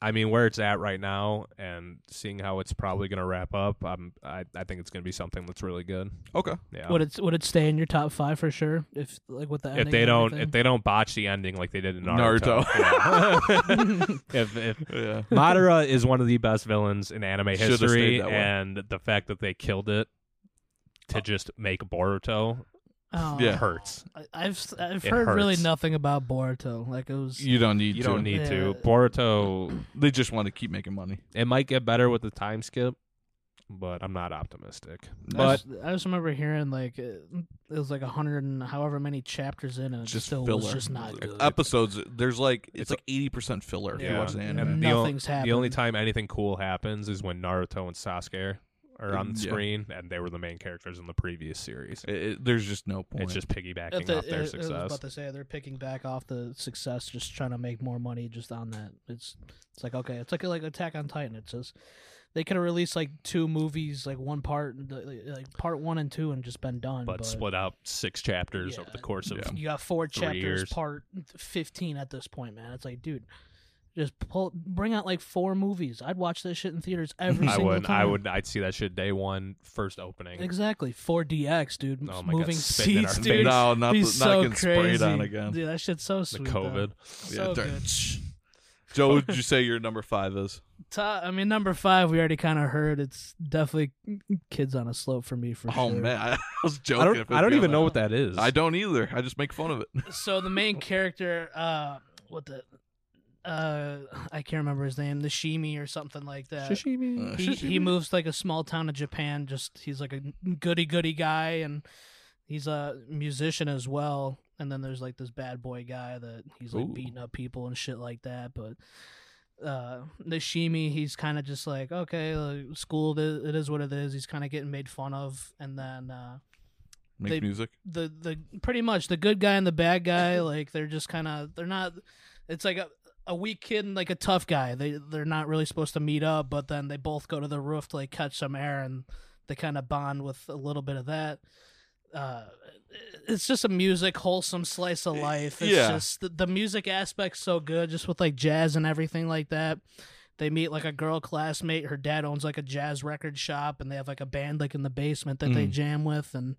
D: I mean, where it's at right now, and seeing how it's probably going to wrap up, I'm, I I think it's going to be something that's really good.
B: Okay.
D: Yeah.
C: Would it would it stay in your top five for sure? If like with the
D: if they don't if they don't botch the ending like they did in Naruto.
B: Naruto.
D: Yeah. if if
B: Yeah.
D: Madara is one of the best villains in anime
B: Should've
D: history,
B: stayed that way.
D: and the fact that they killed it to just make Boruto
C: oh,
B: Yeah.
D: hurts.
C: I- I've s- I've
D: It
C: heard really
D: hurts.
C: nothing about Boruto. Like it was
B: You don't need
D: You
B: to.
D: don't need to.
C: Yeah.
D: Boruto,
B: They just want to keep making money.
D: it might get better with the time skip, but I'm not optimistic.
C: I
D: But
C: just, I just remember hearing like it it was like a hundred and however many chapters in, and it
B: Just
C: still was
B: filler.
C: just not good.
B: Episodes. There's like it's,
D: It's
B: like eighty percent filler if you
D: Yeah.
B: watch the anime.
D: and the, o-
C: Nothing's
D: the only
C: happened.
D: time anything cool happens is when Naruto and Sasuke are on the
B: Yeah.
D: screen, and they were the main characters in the previous series.
B: It- it- there's just no point.
D: It's just piggybacking
C: If the-
D: off their
C: it- I was
D: success.
C: about to say they're picking back off the success, just trying to make more money just on that. It's it's like okay, it's like like Attack on Titan. It's just they could have released like two movies, like one part, like part one and two, and just been done.
D: but,
C: But,
D: split out six chapters
C: Yeah.
D: over the course of
B: Yeah.
C: you got four
D: three
C: chapters,
D: years.
C: part fifteen at this point, man. It's like, dude, just pull, bring out like four movies. I'd watch this shit in theaters every
D: I
C: single
D: would,
C: time.
D: I would, I'd see that shit day one, first opening.
C: Exactly, 4DX, dude.
D: Oh my God,
C: Moving
D: spitting in our
C: seats,
D: face.
C: dude.
B: no, not
C: Be
B: the,
C: so
B: not getting
C: crazy.
B: sprayed on again.
C: Dude, that shit's so
D: The
C: sweet. though.
D: COVID.
C: So
B: darn.
C: good.
B: Joe, what would you say your number five is?
C: Top, I mean, number five, we already kind of heard. It's definitely kids on a slope for me for
B: Oh
C: sure.
B: man, I, was joking.
D: I
B: if
D: don't,
B: it
D: I don't
B: was
D: even
B: your
D: know
B: last-
D: what that is.
B: I don't either. I just make fun of it.
C: So the main character, uh, what the, uh, I can't remember his name, the Shimi or something like that.
D: Shishimi.
B: Uh,
C: he, he moves to, like a small town in Japan. Just he's like a goody goody guy, and he's a musician as well. And then there's like this bad boy guy that he's like
B: Ooh.
C: beating up people and shit like that. But uh, Nishimi, he's kind of just like okay, like, school it is, it is what it is. He's kind of getting made fun of, and then uh,
B: Makes
C: they-
B: music.
C: the the pretty much the good guy and the bad guy like they're just kind of they're not it's like a, a weak kid and like a tough guy they they're not really supposed to meet up but then they both go to the roof to like catch some air and they kind of bond with a little bit of that uh it's just a music wholesome slice of life it's
B: yeah.
C: just the, the music aspect's so good just with like jazz and everything like that they meet like a girl classmate her dad owns like a jazz record shop and they have like a band like in the basement that they
B: Mm.
C: jam with and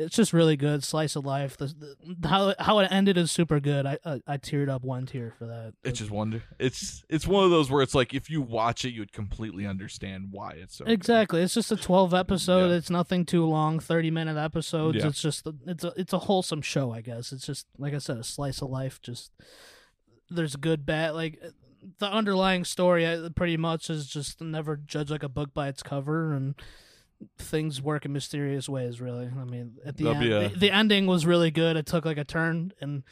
C: it's just really good slice of life the, the, how, how it ended is super good I, I i teared up one tear for that
B: It's just wonder. It's it's one of those where it's like if you watch it, you would completely understand why it's so. good.
C: exactly it's just a 12 episode
B: Yeah.
C: it's nothing too long 30 minute episodes
B: Yeah.
C: it's just it's a, it's a wholesome show i guess it's just like i said a slice of life just there's good bad like the underlying story uh, pretty much is just never judge like a book by its cover and things work in mysterious ways really i mean at the
B: That'd
C: end
B: be a-
C: the, the ending was really good it took like a turn and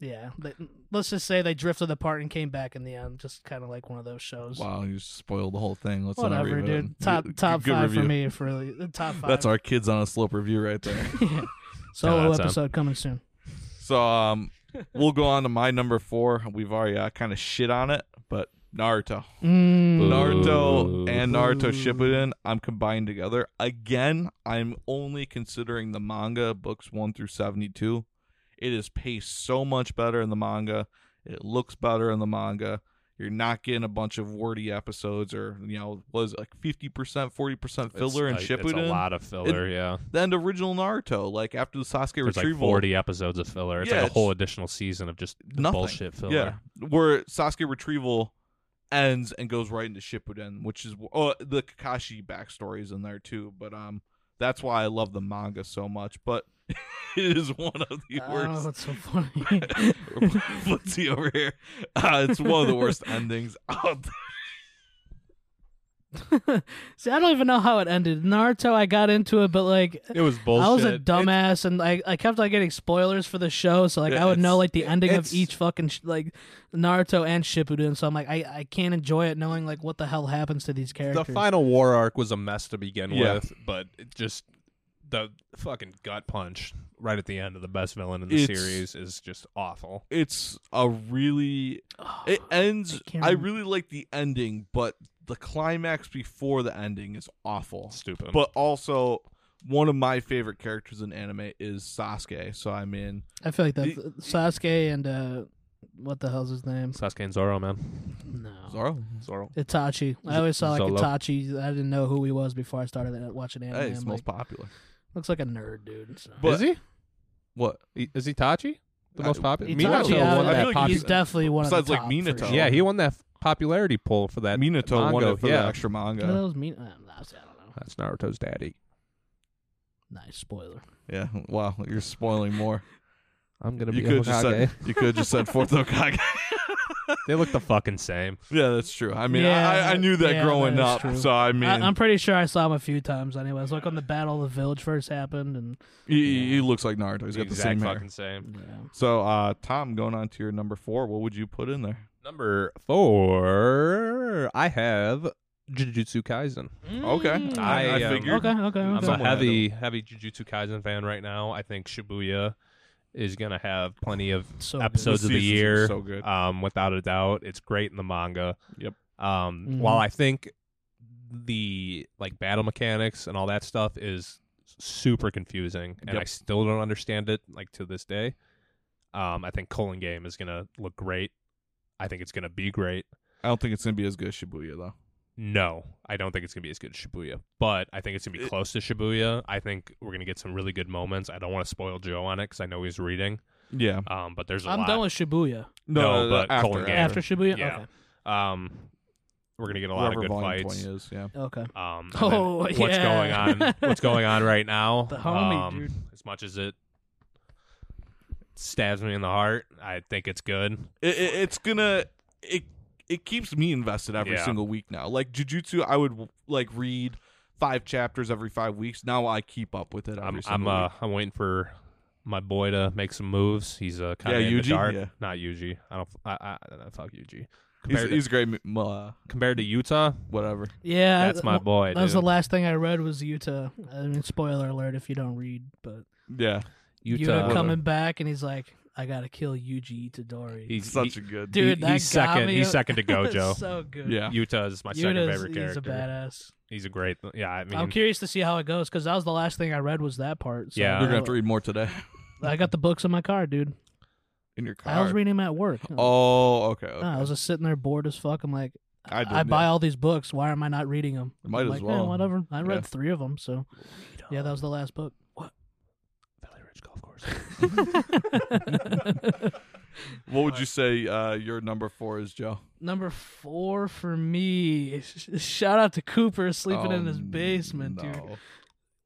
C: yeah they, let's just say they drifted apart and came back in the end just kind of like one of those shows
B: Wow, you spoiled the whole thing. Let's not
C: Whatever,
B: read it.
C: dude. Top
B: Good-
C: top
B: good
C: five for
B: review.
C: me for really the top five.
B: That's our kids on a slope review right there.
C: solo
D: that's, um,
C: episode coming soon.
B: so um, we'll go on to my number four. We've already uh, kind of shit on it, but Naruto,
D: Ooh.
C: Mm.
B: Naruto, and Naruto Shippuden, I'm combined together again. I'm only considering the manga books one through seventy-two. It is paced so much better in the manga. It looks better in the manga. You're not getting a bunch of wordy episodes or you know was like fifty percent, forty percent filler and
D: it's, like-
B: Shippuden.
D: It's a lot of filler. yeah,
B: than the original Naruto. Like after the Sasuke
D: there's like
B: retrieval,
D: 40 episodes of filler. It's
B: Yeah,
D: like a
B: it's-
D: whole additional season of just
B: nothing.
D: bullshit filler.
B: Yeah, where Sasuke retrieval ends and goes right into Shippuden, which is oh the Kakashi backstory is in there too. But um, that's why I love the manga so much. But it is one of the
C: Oh,
B: worst.
C: that's so funny.
B: Let's see over here. Uh, it's one of the worst endings out there.
C: See, I don't even know how it ended. Naruto, I got into it, but like
D: It was bullshit.
C: I was a dumbass, and I, I kept on getting spoilers for the show, so like I would know
B: It's-
C: like the ending of
B: it's-
C: each fucking sh- like Naruto and Shippuden. So I'm like I, I can't enjoy it knowing like what the hell happens to these
D: the
C: characters.
D: final war arc was a mess to begin
B: Yeah.
D: with, but it just the fucking gut punch right at the end of the best villain in the
B: It's-
D: series is just awful.
B: It's a really It ends.
C: Oh, can't
B: I
C: rem-
B: really like the ending, but the climax before the ending is awful.
D: Stupid.
B: But also, one of my favorite characters in anime is Sasuke. So I mean,
C: I feel like that
B: It-
C: Sasuke and uh, what the hell's his name?
D: Sasuke and Zoro, man.
C: No.
B: Zoro.
D: Zoro.
C: Itachi. I always saw like
D: Zolo.
C: Itachi. I didn't know who he was before I started watching anime.
B: Hey,
C: I'm
B: it's the most
C: like,
B: popular.
C: looks like a nerd, dude. So.
B: But-
D: is he?
B: What?
D: I- Is Itachi the most
B: I-
D: popular?
C: Itachi,
D: Minato
B: yeah,
D: won
B: I
D: that
B: feel like
D: popu-
C: he's definitely one of
B: Besides,
C: the
B: like,
C: top for
B: Minato.
C: sure.
D: Yeah, he won that popularity poll for that.
B: Minato won
D: manga,
B: it for the
D: yeah.
B: extra
C: Who the
B: manga.
C: hell's Min- I don't know. um, I don't know.
D: That's Naruto's daddy.
C: Nice spoiler.
B: Yeah. Wow, you're spoiling more.
D: I'm gonna
B: You
D: be a
B: could just
D: Hokage.
B: said you could just said fourth Hokage.
D: they look the fucking same.
B: yeah, that's true. I mean,
C: Yeah,
B: I, I knew that
C: yeah,
B: growing
C: that is
B: up,
C: true.
B: so I mean,
C: I, I'm pretty sure I saw him a few times. Anyways, like when the Battle of the Village first happened, and
B: he, he looks like Naruto. He's got the
D: exact
B: same hair.
D: fucking same.
C: yeah.
B: So, uh, Tom, going on to your number four, what would you put in there?
D: Number four, I have Jujutsu Kaisen.
B: Okay.
D: I, um,
B: figured.
C: Mm. Okay, okay,
D: I'm
C: okay.
B: Someone
D: a
B: had
D: heavy, heavy Jujutsu Kaisen fan right now. I think Shibuya is gonna have plenty of
C: So
D: episodes
B: This
D: of the
B: season's
D: year.
B: so good.
D: um, without a doubt, it's great in the manga.
B: Yep.
D: Um,
C: Mhm.
D: While I think the like battle mechanics and all that stuff is super confusing, and
B: Yep.
D: I still don't understand it like to this day. Um, I think Colon Game is gonna look great. I think it's gonna be great.
B: I don't think it's gonna be as good as Shibuya though.
D: No, I don't think it's gonna be as good as Shibuya, but I think it's gonna be
B: It-
D: close to Shibuya. I think we're gonna get some really good moments. I don't want to spoil Joe on it because I know he's reading.
B: Yeah.
D: Um, but there's a
C: I'm
D: lot.
C: done with Shibuya.
D: No, but
B: after,
D: Colin Gay. Yeah.
C: After Shibuya,
D: Yeah. um, we're gonna get a lot
B: Whoever
D: of good
B: volume
D: fights.
B: 20 is, yeah.
C: okay, okay.
D: Um, and then
C: Oh,
D: what's
C: yeah.
D: going on? What's going on right now?
C: The homie,
D: um,
C: dude.
D: As much as it stabs me in the heart, I think it's good.
B: It, it, it's gonna it it keeps me invested every
D: Yeah.
B: single week now. Like Jujutsu, I would like read five chapters every five weeks. Now I keep up with it. Every
D: I'm I'm
B: single
D: uh,
B: week.
D: I'm waiting for my boy to make some moves. He's uh, kind of
B: Yeah,
D: in
B: Yuji?
D: the dark.
B: Yeah.
D: Not Yuji. I don't. I, I, I don't fuck Yuji.
B: he's,
D: Compared,
B: he's a great. m- Uh,
D: to, compared to Utah,
B: whatever.
C: yeah,
D: that's my boy.
C: That was
D: dude.
C: the last thing I read was Utah. I mean, spoiler alert if you don't read, but
B: Yeah,
C: Utah
D: Yuta-
C: coming back and he's like, "I gotta kill Yuji Itadori."
D: He's
B: such
D: he-
B: a good
C: Dude,
D: he-
C: that
D: he's
C: got
D: second.
C: me.
D: He's second to Gojo.
C: so good.
B: Yeah,
D: Utah is my second
C: Yuta's-
D: favorite
C: He's
D: character.
C: a badass.
D: He's a great. Yeah, I mean,
C: I'm curious to see how it goes because that was the last thing I read was that part. So
D: Yeah.
B: you're gonna have to read more today
C: I got the books in my car, dude.
B: in your
C: I was
B: car.
C: reading them at work.
B: Oh, okay. okay.
C: No, I was just sitting there bored as fuck. I'm like,
B: I
C: I,
B: did,
C: buy
B: yeah.
C: all these books. Why am I not reading them?
B: Might as
C: like, "Eh,
B: well.
C: whatever. I read
B: Yeah.
C: three of them, so yeah, that was the last book. What?
D: Valley Ridge Golf Course.
B: What would you say uh, your number four is, Joe?
C: Number four for me. Shout out to Cooper sleeping in his
B: Um,
C: basement, dude.
B: no.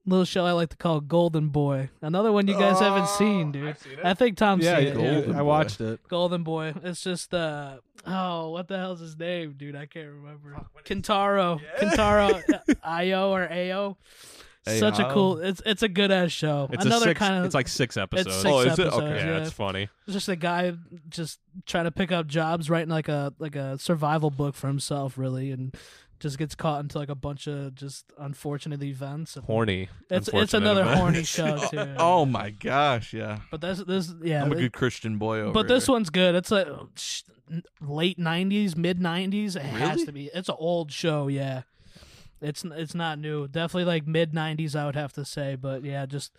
C: Little show I like to call Golden Boy. Another one you guys haven't seen, dude. I think Tom's seen it. yeah.
B: Golden Boy.
D: it.
C: Golden Boy. It's just uh oh, what the hell's his name, dude? I can't remember. Kentaro. Kentaro Io or Ao. Such a
B: Ao.
C: cool it's it's a good ass show.
D: It's
C: Another
D: a six,
C: kind of
D: It's like six episodes.
C: it's six
B: Oh, is it?
C: episodes,
B: Okay.
D: yeah,
C: yeah.
D: it's funny.
C: It's just a guy just trying to pick up jobs, writing like a like a survival book for himself, really, and just gets caught into like a bunch of just unfortunate events. And
D: Horny.
C: it's it's
D: unfortunate
C: another
D: event.
C: horny show too.
B: Oh my gosh, yeah.
C: but this this yeah,
B: I'm a
C: it-
B: good Christian boy over
C: but this
B: here.
C: one's good. It's like sh- late '90s, mid '90s. It has
B: Really?
C: to be. It's an old show, yeah. It's it's not new. Definitely like mid '90s, I would have to say. But yeah, just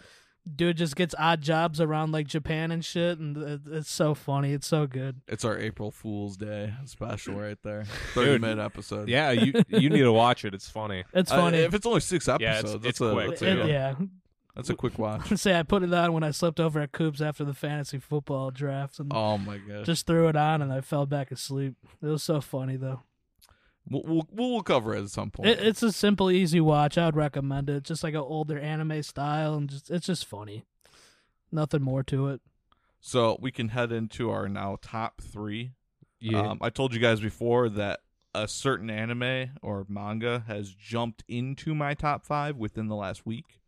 C: dude just gets odd jobs around like Japan and shit, and it, it's so funny. It's so good.
B: It's our April Fool's Day special right there. 30
D: Dude.
B: minute episode.
D: Yeah, you you need to watch it. It's funny.
C: It's
B: Uh,
C: funny.
B: if it's only six episodes,
D: it's-
B: that's,
D: it's
B: a,
D: quick,
B: That's,
C: It-
B: a,
C: yeah,
B: that's a quick watch.
C: say I put it on when I slept over at Coops after the fantasy football drafts, and
B: Oh my gosh.
C: just threw it on, and I fell back asleep. It was so funny though.
B: We'll, we'll, we'll we'll cover it at some point.
C: It, it's a simple, easy watch. I would recommend it. It's just like an older anime style, and just it's just funny. Nothing more to it.
B: so we can head into our now top three.
D: Yeah.
B: Um, I told you guys before that a certain anime or manga has jumped into my top five within the last week.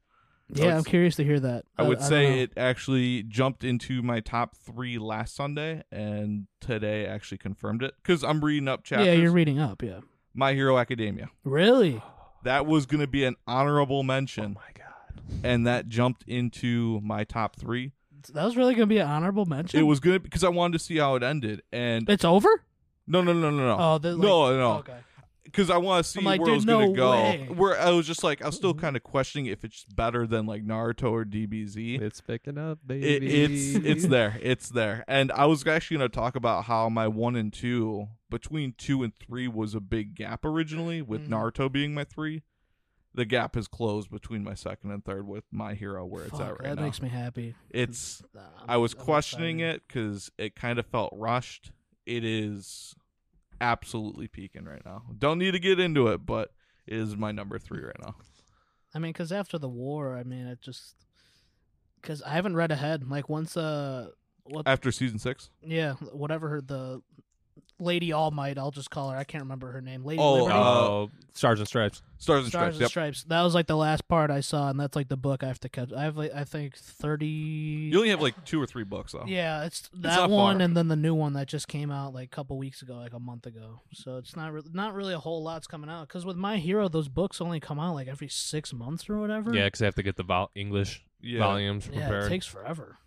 B: So
C: yeah, I'm
B: it's-
C: curious to hear that.
B: I would
C: don't know.
B: say it actually jumped into my top three last Sunday, and today actually confirmed it because I'm reading up chapters.
C: Yeah, you're reading up. Yeah,
B: My Hero Academia.
C: really.
B: That was going to be an honorable
C: Oh
B: mention,
D: god.
B: and that jumped into my top three.
C: That was really gonna be an honorable mention.
B: It was going to because I wanted to see how it ended, and
C: It's over.
B: no, no, no, no, no,
C: Oh, the, like,
B: no, no,
C: Okay.
B: because I want to see
C: I'm like,
B: where it
C: dude,
B: was gonna
C: no
B: go.
C: way. Mm-hmm.
B: Where I was just like, I was still kind of questioning if it's better than like Naruto or DBZ.
E: It's picking up, baby.
B: It, it's it's there, it's there. And I was actually gonna talk about how my one and two between two and three was a big gap originally, with
C: Mhm.
B: Naruto being my three. The gap has closed between my second and third with My Hero, where it's
C: Fuck,
B: at right
C: that
B: now.
C: makes me happy.
B: it's
C: Nah, I'm-
B: I was
C: I'm
B: questioning
C: excited.
B: it because it kind of felt rushed. It is absolutely peaking right now. Don't need to get into it, but it is my number three right now.
C: I mean, because after the war, I mean, it just because I haven't read ahead. Like once, uh, what?
B: After season six,
C: yeah, whatever her, the Lady All Might. I'll just call her. I can't remember her name. Lady
B: Oh,
C: Liberty.
B: uh,
D: Oh, Stars and Stripes.
B: Stars and Stripes.
C: Stars and
B: Yep.
C: Stripes. That was like the last part I saw, and that's like the book I have to catch. I have, like, I think, thirty.
B: You only have like two or three books though.
C: Yeah, it's
B: not
C: that one,
B: far.
C: and then the new one that just came out like a couple weeks ago, like a month ago. So it's not re- not really a whole lot's coming out because with My Hero, those books only come out like every six months or whatever.
D: Yeah, because I have to get the vol- English
B: Yeah,
D: volumes
C: yeah,
D: prepared.
C: it takes forever.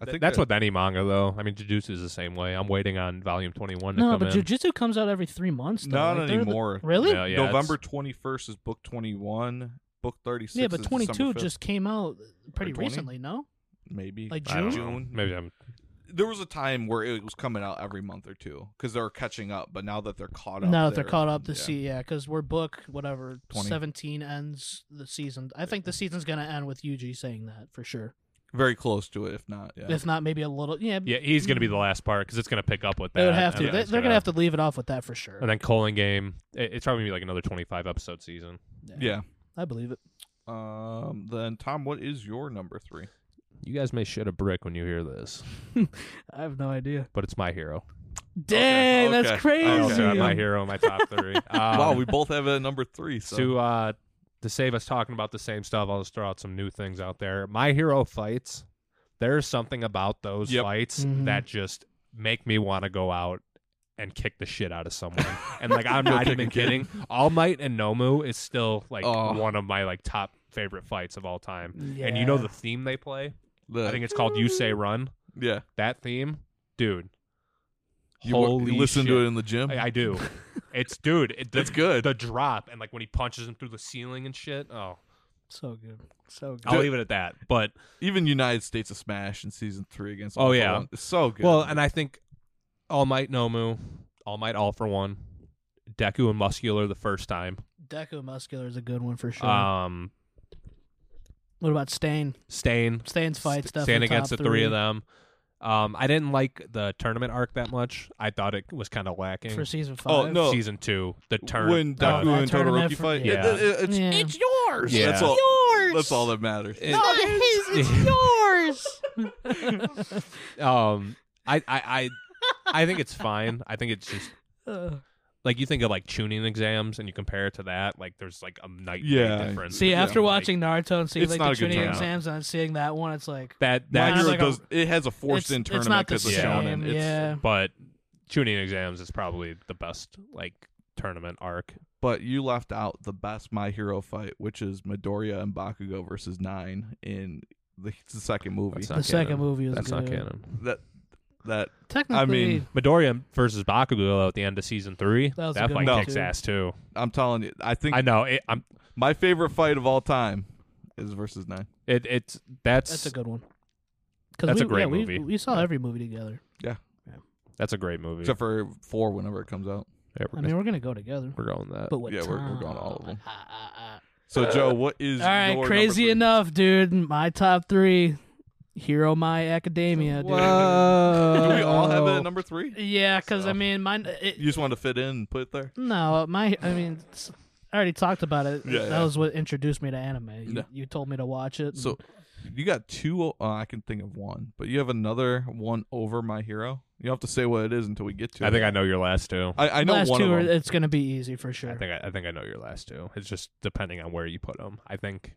B: I
D: Th-
B: think
D: that's
B: that-
D: with any manga though. I mean, Jujutsu is the same way. I'm waiting on volume 21 to
C: No,
D: come
C: but
D: in.
C: Jujutsu comes out every three months. Though.
B: Not
C: Like, they're the-
B: anymore.
C: really?
D: Yeah, yeah, it's-
B: November twenty first is book twenty one. Book thirty six.
C: yeah, but twenty two just came out pretty
B: 20?
C: recently. No,
B: maybe
C: like
D: I don't
C: June.
D: know.
B: June.
D: Maybe I'm
B: there was a time where it was coming out every month or two because they were catching up, but now that they're caught up,
C: Now that they're caught up to
B: yeah.
C: see, yeah, because we're book whatever
B: 20.
C: seventeen ends the season. I think the season's gonna end with Yuji saying that for sure.
B: very close to it, if not. Yeah.
C: If not, maybe a little. Yeah,
D: Yeah, he's going to be the last part because it's going to pick up with that.
C: They would have
D: and
C: to.
D: then
C: They,
D: it's
C: they're gonna have to leave it off with that for sure.
D: And then Colon Game, it- it's probably gonna be like another 25 episode season.
B: yeah.
C: I believe it.
B: Um. Then Tom, what is your number three?
D: You guys may shit a brick when you hear this,
C: I have no idea.
D: but it's my hero.
C: Dang,
B: okay.
C: that's crazy.
D: I also have
B: Easy.
D: my hero in my top three. Um,
B: wow, we both have it at number three. So
D: to uh, to save us talking about the same stuff, I'll just throw out some new things out there. My hero fights. There's something about those
B: Yep.
D: fights
C: Mhm.
D: that just make me want to go out and kick the shit out of someone. and like I'm not
B: kick
D: even
B: a kid.
D: kidding. All Might and Nomu is still like
B: Oh.
D: one of my like top favorite fights of all time. And you know the theme they play?
B: the,
D: I think it's called You Say Run.
B: yeah.
D: That theme, dude.
B: You,
D: holy
B: you listen
D: shit.
B: to it in the gym.
D: I, I do. it's dude. It, the,
B: That's good.
D: The drop and like when he punches him through the ceiling and shit. Oh,
C: so good, so good.
D: I'll leave it at that. But
B: Even United States of Smash in season three against.
D: Oh,
B: All For
D: yeah.
B: One. it's so good.
D: well, and I think All Might Nomu, All Might All for One, Deku and Muscular the first time.
C: Deku Muscular is a good one for sure.
D: Um,
C: what about Stain?
D: Stain.
C: Stain's fights.
D: St-
C: definitely
D: stand against the
C: top
D: three of them. Um, I didn't like the tournament arc that much. I thought it was kind of lacking.
C: for season five.
B: Oh, no.
D: Season two, the turn
B: when
D: uh,
B: Daku and
C: that tournament
B: Todoroki
C: for-
B: fight,
D: yeah.
B: it- it- it's,
C: Yeah.
B: it's yours.
D: Yeah.
B: That's all. Yours. That's all that matters.
D: it-
C: it's yours.
D: um I, I I I think it's fine. I think it's just like you think of like tuning exams and you compare it to that, like there's like a night
B: Yeah.
D: difference.
C: See,
B: Yeah.
D: Like,
C: after watching Naruto and seeing
B: It's
C: like
B: not
C: the
B: a good
C: tuning
D: turnout.
C: exams and seeing that one, it's like
D: that
B: My
C: Mine's
D: that
B: hero
C: like a-
B: does. it has a forced in
C: it's, it's
B: tournament
C: not the
B: because
D: it's a
C: same.
B: shonen. It's-
C: yeah,
D: but tuning exams is probably the best like tournament arc.
B: But you left out the best My Hero fight, which is Midoriya and Bakugo versus Nine in the, the second movie.
D: That's
C: the
D: not
C: second
D: canon.
C: movie is
D: That's
C: good.
D: not canon.
B: that that
C: Technically,
B: mean,
D: Midoriya versus Bakugo at the end of season three.
C: That was a good
D: fight
B: one,
D: kicks
C: too.
D: ass too.
B: I'm telling you, I think
D: I know. It, I'm.
B: my favorite fight of all time is versus nine.
D: It, it's that's
C: that's a good one. 'Cause
D: That's
C: we,
D: a great
C: yeah, we-
D: movie.
C: We, saw every movie together.
D: that's a great movie.
B: Except for four whenever it comes out.
D: Yeah, we're,
C: I mean, we're gonna go together,
D: we're going that.
C: but what
B: yeah, we're- we're going
C: time?
B: all of 'em.
C: Ah, ah, ah.
B: So Joe, what is
C: All right,
B: your
C: crazy
B: number
C: enough, dude. My top three: Hero My Academia, dude.
B: three?
E: Whoa.
B: Do we all have
C: Oh.
B: it at number three?
C: Yeah, because I
D: So-
C: mean, mine. It,
B: You just want to fit in and put it there?
C: no, my. I mean, s- I already talked about it.
B: Yeah,
C: that
B: yeah.
C: was what introduced me to anime. You,
B: Yeah.
C: you told me to watch it. and-
B: So
C: Mm-hmm.
B: you got two uh, I can think of one, but you have another one over my hero. You don't have to say what it is until we get to
D: I
B: it.
D: think I know your last two.
B: I, I know
C: last
B: one
C: two,
B: of
C: are,
B: them.
C: it's gonna be easy for sure.
D: I think I, I think I know your last two. It's just depending on where you put them. I think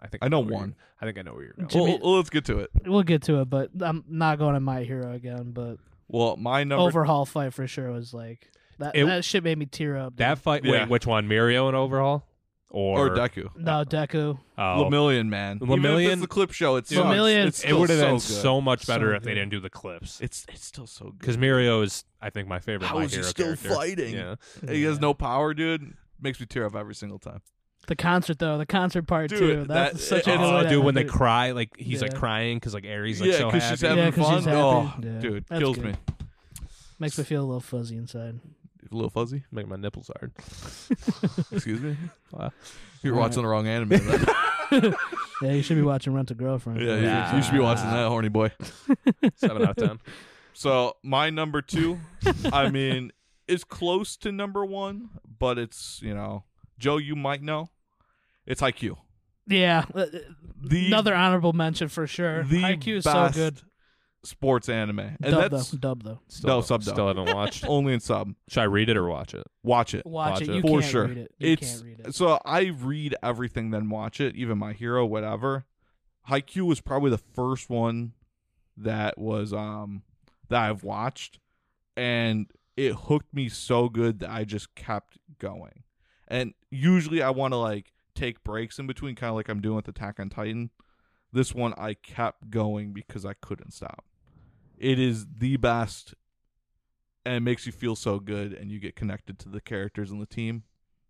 D: I think
B: I know
D: where you-
B: one.
D: I think I know where you're going.
C: Well, Jimmy-
B: well, let's get to it.
C: we'll get to it, but I'm not going to My Hero again. But
B: Well, my number
C: overhaul fight for sure was like that.
D: It-
C: that shit made me tear up. dude.
D: that fight.
B: Yeah.
D: Wait, which one? Mirio and Overhaul, or,
B: or Deku.
C: no, Deku.
D: oh,
B: Lemillion, man. Even if
D: Lemillion-
B: it's the clip show. It's
D: Dude,
C: Lemillion-
B: It's
D: it
B: still
D: would have been
B: so good.
D: so much
C: So
D: better if they
C: good.
D: didn't do the clips.
B: It's it's still so good.
D: Because Mirio is, I think, my favorite.
B: How
D: My
B: is he
D: Hero
B: still
D: character.
B: fighting?
D: Yeah.
B: He has no power, dude. makes me tear up every single time.
C: The concert though, the concert part
B: Dude,
C: too. That's
B: that-
C: such a
B: it-
C: good
D: Oh,
C: one,
D: dude, when they
C: dude.
D: cry, like he's like
C: Yeah.
D: crying because like Aries like so happy.
B: she's having
C: Yeah, 'cause
B: fun.
C: she's
B: oh,
C: happy. Yeah,
B: dude,
C: that's
B: kills
C: good.
B: me.
C: makes me feel a little fuzzy inside.
B: A little fuzzy.
D: Make my nipples hard.
B: Excuse me.
D: Wow.
B: You're
C: All
B: watching the wrong anime. then.
C: Yeah, you should be watching Rent a Girlfriend.
B: yeah, you- You, should be watching that, horny boy.
D: Seven out of ten.
B: So my number two, I mean, is close to number one, but it's you know, Joe, you might know, it's IQ.
C: Yeah, uh,
B: The
C: another honorable mention for sure.
B: the
C: IQ is so
B: best
C: good.
B: sports anime, and
C: Dub
B: that's
C: though, dub though.
D: Still
B: No,
D: haven't-
B: sub dub.
D: Still haven't watched.
B: only in sub.
D: Should I read it or watch it?
B: Watch it.
C: Watch,
D: watch
C: it.
D: it.
C: You
B: For
C: can't
B: sure.
C: read it. You
B: It's-
C: can't read it.
B: So I read everything, then watch it. Even My Hero, whatever. Haikyuu was probably the first one that was um that I've watched, and it hooked me so good that I just kept going. And usually I want to like take breaks in between, kind of like I'm doing with Attack on Titan. This one I kept going because I couldn't stop. It is the best, and it makes you feel so good, and you get connected to the characters and the team.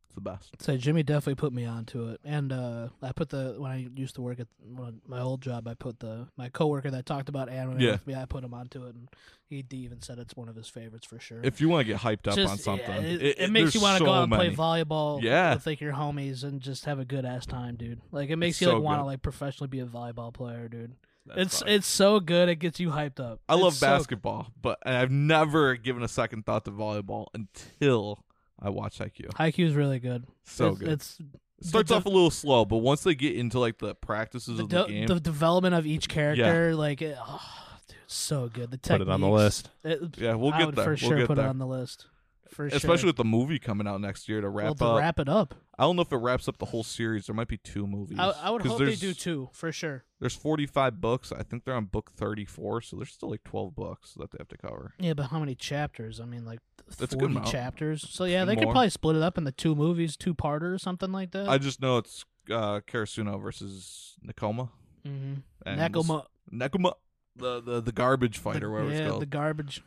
B: It's the best.
C: So Jimmy definitely put me onto it, and uh, I put the when I used to work at one of my old job, I put the my coworker that talked about anime
B: Yeah.
C: with me. I put him onto it, and he d- even said it's one of his favorites for sure.
B: If you want to get hyped up
C: Just-
B: on something,
C: yeah, it,
B: it,
C: it makes you
B: want to
C: go out and play volleyball,
B: Yeah.
C: with like your homies and just have a good ass time, dude. Like it makes
B: It's
C: you
B: so
C: like want to
B: good.
C: like professionally be a volleyball player, dude. it's
D: fine.
C: it's so good. It gets you hyped up.
B: I love
C: It's so-
B: basketball, but and I've never given a second thought to volleyball until I watched IQ.
C: Haikyuu is really good.
B: So
C: it's,
B: good.
C: It's
B: It starts
C: the-
B: off a little slow, but once they get into like the practices
C: the,
B: of the
C: de-
B: game,
C: the development of each character, like, it, oh, dude, so good. The
D: Put it on the
C: techniques.
D: list.
C: It-
B: yeah, we'll
C: I
B: get
C: would
B: there.
C: for
B: We'll
C: sure
B: get
C: put
B: there.
C: it on the list. For
B: Especially
C: sure.
B: with the movie coming out next year to wrap
C: well,
B: up.
C: to wrap it up.
B: I don't know if it wraps up the whole series. There might be two movies.
C: I, I would
B: 'Cause
C: hope they
B: there's-
C: do two for sure.
B: There's 45 books. I think they're on book 34, so there's still like 12 books that they have to cover.
C: Yeah, but how many chapters? I mean, like
B: That's a good
C: forty
B: amount.
C: chapters. So yeah,
B: Few
C: they could
B: more.
C: probably split it up into two movies, two parter or something like that.
B: I just know it's uh Karasuno versus Nakoma.
C: mm-hmm.
B: and we'll
C: Nakoma,
B: Nekoma, the, the the garbage fight or whatever
C: the,
B: it's
C: yeah,
B: called.
C: the garbage.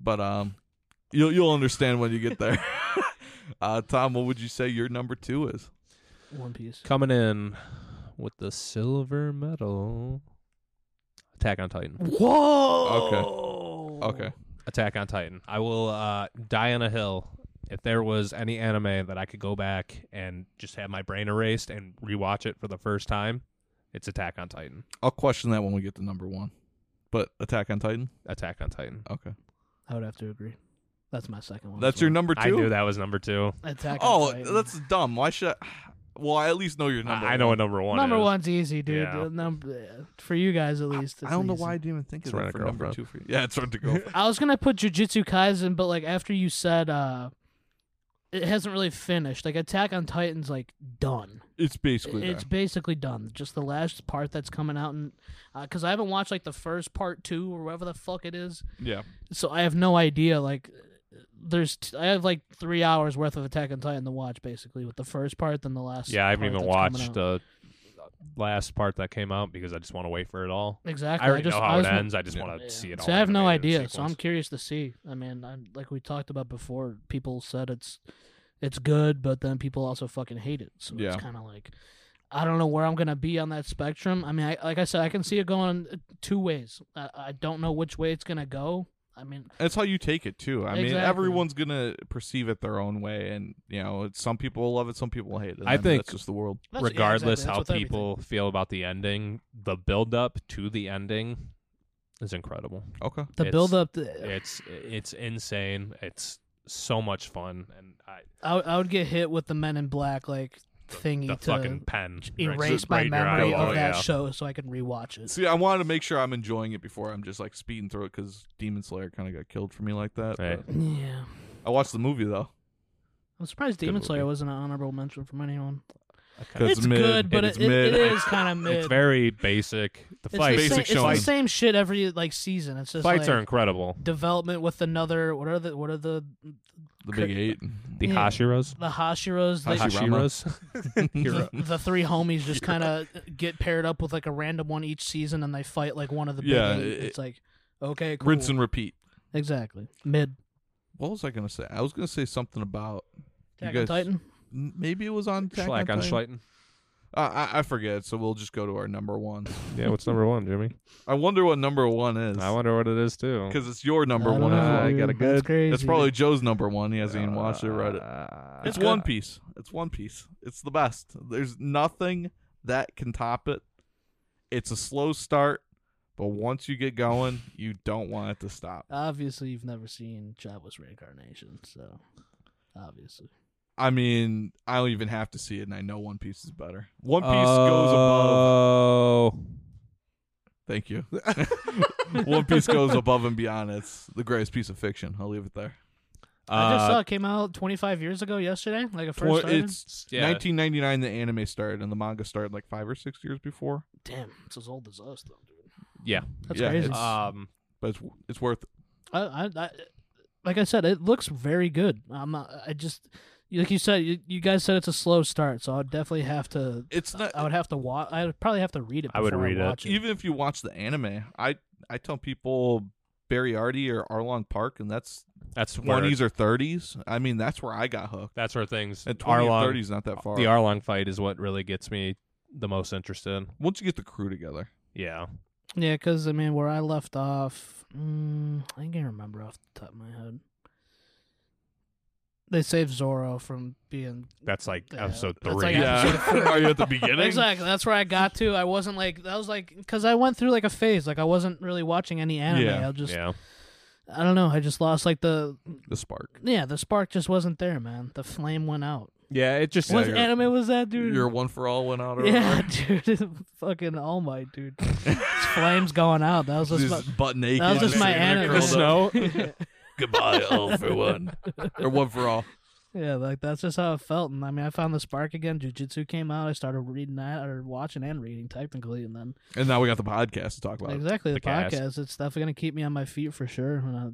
B: But um, you'll you'll understand when you get there. uh, Tom, what would you say your number two is?
C: One Piece.
D: Coming in with the silver medal. Attack on Titan.
C: Whoa.
B: Okay,
D: Attack on Titan. I will uh, die on a hill. If there was any anime that I could go back and just have my brain erased and rewatch it for the first time, it's Attack on Titan.
B: I'll question that when we get to number one. But Attack on Titan.
D: Attack on Titan.
B: Okay,
C: I would have to agree. That's my second one.
B: that's your number two.
D: I knew that was number two.
C: attack. on
B: Oh,
C: Titan.
B: that's dumb. Why should? I... Well, I at least know your number.
D: I I know
B: one.
D: what number one.
C: number
D: is.
C: one's easy, dude.
D: Yeah.
C: Uh, Number, for you guys at least.
B: I
C: it's
B: don't know
C: easy.
B: why I didn't even think of
D: It's
B: that
D: Rent a
B: for number
D: Girlfriend.
B: two for you. Yeah, it's hard to go.
C: I was gonna put Jujutsu Kaisen, but like after you said, uh it hasn't really finished. Like Attack on Titan's like done.
B: it's basically
C: It's
B: there.
C: basically done. Just the last part that's coming out, and because I haven't watched like the first part two or whatever the fuck it is,
B: yeah.
C: so I have no idea. Like, there's t- I have like three hours worth of Attack on Titan to watch basically with the first part, then the last.
D: Yeah, I haven't
C: part
D: even
C: that's coming
D: watched uh,
C: out.
D: the last part that came out because I just want to wait for it all.
C: exactly.
D: I already
C: just,
D: know
C: I
D: how it
C: was wa-
D: ends. I just
B: Yeah.
D: want to see it all.
C: So I have no
D: animated in
C: idea. So I'm
D: sequence.
C: curious to see. I mean, I'm, like we talked about before, people said it's it's good, but then people also fucking hate it. So
B: Yeah.
C: it's kind of like I don't know where I'm gonna be on that spectrum. I mean, I, like I said, I can see it going uh, two ways. I, I don't know which way it's gonna go. I mean,
B: That's how you take it too. I mean,
C: Exactly.
B: everyone's gonna perceve it their own way, and you know, it's, some people will love it, some people will hate it. and
D: I think-
B: that's just the world.
C: that's- yeah,
D: regardless
C: exactly. That's with
D: how
C: everything.
D: people feel about the ending, the build up to the ending is incredible.
B: Okay,
C: the
D: it's-
C: build up.
D: It's it's insane. It's so much fun, and I,
C: I, I would get hit with the Men in Black like thingy
D: the
C: to
D: fucking pen
C: erase
D: Just right
C: my
D: in your
C: memory
D: eyeball,
C: of that
D: yeah.
C: show so I can rewatch it.
B: See, I wanted to make sure I'm enjoying it before I'm just like speeding through it because Demon Slayer kind of got killed for me like that.
D: Right.
B: but-
C: Yeah,
B: I watched the movie though.
C: I'm surprised Demon
D: movie.
C: Slayer wasn't an honorable mention from anyone.
D: Okay.
B: 'Cause
C: It's,
B: It's mid.
C: good, but
B: It
C: it,
B: is
C: it-
B: mid.
C: it is kind of mid.
D: It's very basic. The
C: It's
D: fights,
C: the same,
B: Basic
C: it's the
B: shonen.
C: same shit every like season. It's just
D: fights
C: like,
D: are incredible.
C: development with another. What are the what are the
B: The
C: Cur-
B: Big Eight.
D: The
C: Yeah.
D: Hashiros,
C: the Hashiros? They,
B: Hashirama.
D: Hashiros,
C: the,
D: Hero.
C: the three homies just kind of get paired up with like a random one each season, and they fight like one of the big
B: Yeah,
C: eight.
B: it-
C: It's like okay, cool.
B: Rinse and repeat.
C: exactly mid.
B: What was I gonna say? I was gonna say something about
C: Attack
B: you
C: on
B: guys.
C: Titan.
B: n- maybe it was on Attack
D: Schlack
B: on
D: on
B: Titan.
D: Schleiten.
B: Uh, I I forget. So we'll just go to our number one.
D: Yeah, what's number one, Jimmy?
B: I wonder what number one is.
D: I wonder what it is too.
B: because it's your number
C: I don't
B: one.
C: know,
B: I
C: dude.
B: got a
C: That's
B: good.
C: crazy. Uh,
B: It's probably Joe's number one. He hasn't even watched it, read it.
D: Uh,
B: It's
C: good.
B: One Piece. It's One Piece. It's the best. There's nothing that can top it. It's a slow start, but once you get going, you don't want it to stop.
C: obviously you've never seen Jobless Reincarnation, so obviously.
B: I mean, I don't even have to see it, and I know One Piece is better. One Piece
C: Uh,
B: goes above.
D: Oh.
B: Thank you. One Piece goes above and beyond. It's the greatest piece of fiction. I'll leave it there.
D: Uh,
C: I just saw it came out 25 years ago yesterday, like a first.
B: Tw-
C: item.
B: it's
D: Yeah.
B: 1999 the anime started, and the manga started like five or six years before.
C: damn, it's as old as us, though, dude.
D: Yeah.
C: That's
B: Yeah,
C: crazy.
B: it's-
D: Um,
B: but it's it's worth.
C: I, I, I, like I said, it looks very good. I'm not. I just like you said. You, you guys said it's a slow start, so I'd definitely have to.
B: It's not
C: I would have to watch. I would probably have to read it.
D: I would
C: before
D: read it.
C: watch
B: even if you watch the anime. I I tell people Barryarty or Arlong Park, and that's
D: that's where
B: twenties or thirties. I mean, that's where I got hooked.
D: that's where things.
B: And twenty or
D: Arlong-
B: thirties not that far.
D: The Arlong fight is what really gets me the most interested.
B: Once you get the crew together,
D: Yeah.
C: Yeah, because I mean, where I left off, mm, I can't remember off the top of my head. They saved Zoro from being
D: That's like
C: Yeah,
D: episode
C: that's
D: three.
C: like Yeah. episode four.
B: are you at the beginning?
C: exactly. That's where I got to. I wasn't like that was like because I went through like a phase. Like I wasn't really watching any anime.
B: Yeah,
C: I just
D: yeah.
C: I don't know. I just lost like the
B: The spark.
C: yeah the spark just wasn't there, man. The flame went out.
D: Yeah, it just
B: Yeah,
C: what
B: you're-
C: anime was that, dude?
B: Your one for all went out. Or
C: yeah, dude, fucking all might, dude. It's flames going out. That was just.
B: Just butt naked.
C: was just my
B: sitting there
C: anime.
D: in
B: curled
D: the
B: up.
D: snow.
B: Goodbye, all for one, or one for all.
C: Yeah, like that's just how it felt. And I mean, I found the spark again. Jujutsu came out. I started reading that or watching and reading technically. And then
B: And now we got the podcast to talk about. it.
C: exactly the,
D: the cast.
C: podcast. It's definitely going to keep me on my feet for sure. And I,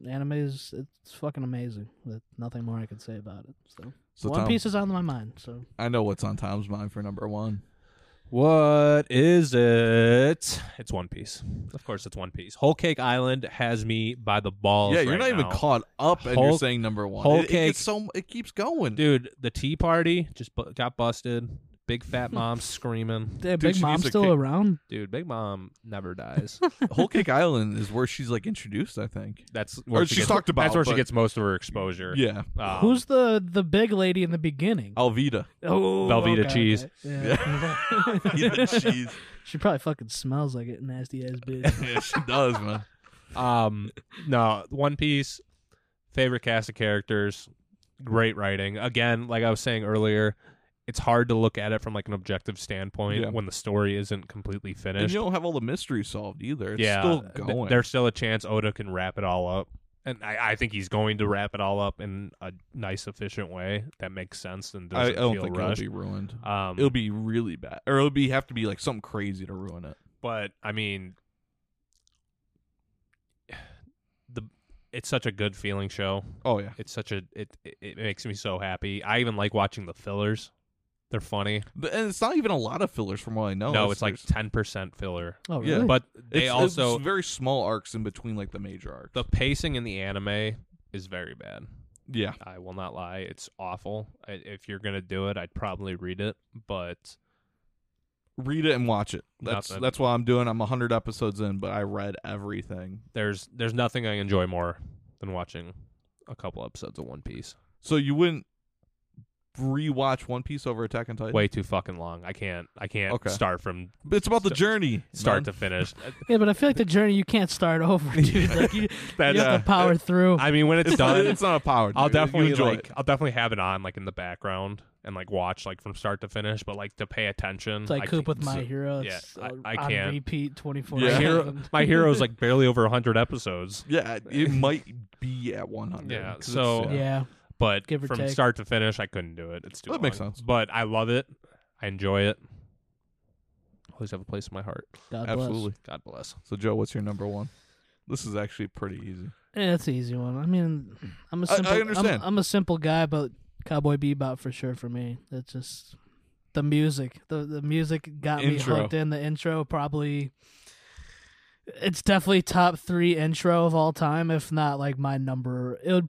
C: the anime is it's fucking amazing. There's nothing more I can say about it. So,
B: So
C: One
B: Tom,
C: Piece is on my mind. So
B: I know what's on Tom's mind for number one.
D: What is it? It's One Piece. Of course, it's One Piece. Whole Cake Island has me by the balls.
B: Yeah, you're
D: right
B: not even
D: now.
B: caught up, and you're
D: Hulk-
B: saying number one.
D: Hulk
B: It- it,
D: cake.
B: gets so it keeps going.
D: Dude, the tea party just bu- got busted. Big fat mom screaming.
C: Damn,
B: Dude,
C: Big
B: she
C: Mom's
B: needs a
C: still
B: kick.
C: around.
D: Dude, Big Mom never dies.
B: Whole Cake Island is where she's like introduced, I think.
D: That's where
B: Or
D: she
B: Oh, she's
D: gets,
B: talked about,
D: That's where
B: but-
D: she gets most of her exposure.
B: Yeah,
D: Um,
C: Who's the the big lady in the beginning?
B: Alvida.
C: Oh,
D: Velveeta cheese.
C: okay. Yeah.
B: she's,
C: she probably fucking smells like it. Nasty ass bitch.
B: yeah, she does, man.
D: um no one piece favorite cast of characters great writing again like i was saying earlier it's hard to look at it from like an objective standpoint
B: Yeah.
D: when the story isn't completely
B: And
D: finished
B: you don't have all the mysteries solved either. It's
D: yeah
B: still
D: th-
B: going.
D: there's still a chance oda can wrap it all up and I, I think he's going to wrap it all up in a nice efficient way that makes sense and
B: I, I
D: doesn't
B: don't
D: feel
B: think
D: rushed
B: it'll be ruined.
D: um
B: It'll be really bad, or it'll be have to be like something crazy to ruin it.
D: but I mean, the it's such a good feeling show.
B: Oh yeah,
D: It's such a it it- it makes me so happy. I even like watching the fillers. They're funny.
B: But- and it's not even a lot of fillers from what I know.
D: no, it's like
B: Oh, there's-
D: ten percent filler,
C: Oh
B: Yeah,
C: really?
D: but
B: it's,
D: they also
B: it's very small arcs in between like the major arcs.
D: the pacing in the anime is very bad.
B: yeah,
D: I will not lie, it's awful. I, if you're gonna do it, I'd probably read it, but
B: read it and watch it. That's
D: Nothing.
B: that's what I'm doing. I'm 100 episodes in, but I read everything.
D: there's there's nothing I enjoy more than watching a couple episodes of One Piece.
B: So you wouldn't rewatch One Piece over Attack on Titan?
D: Way too fucking long. I can't I can't
B: Okay.
D: start from
B: But it's about the
D: St-
B: journey.
D: start
B: man.
D: to finish.
C: Yeah, but I feel like the journey you can't start over, dude. Like you,
D: That- uh,
C: you have to power through.
D: I mean, when it's,
B: It's not,
D: done,
B: it's not a power.
D: I'll
B: dude. You
D: definitely
B: enjoy
D: like
B: it.
D: I'll definitely have it on like in the background and like watch like from start to finish, but like to pay attention.
C: it's like
D: I
C: Coop
D: can't-
C: with My Hero.
D: yeah,
C: It's
D: I-
C: on-
D: I
C: on
D: can't.
C: repeat twenty four.
B: Yeah.
D: My hero, my hero's like barely over hundred episodes,
B: Yeah, it might be at 100.
D: Yeah,
B: 'cause it's-
D: so-
C: Yeah,
D: but
C: Give or
D: from
C: take.
D: start to finish, I couldn't do it. It's too.
B: That makes
D: long.
B: sense.
D: But I love it. I enjoy it. Always have a place in my heart.
C: God
B: absolutely.
D: God bless.
B: So Joe, what's your number one? This is actually pretty easy.
C: bless. Yeah, Eh, that's an easy one. I mean, I'm a
B: I- I
C: simple. am
B: understand.
C: I'm a simple guy, but Cowboy Bebop for sure for me. It's just the music. The the music got
B: Intro.
C: me hooked in. The intro probably. It's definitely top three intro of all time, if not like my number. It would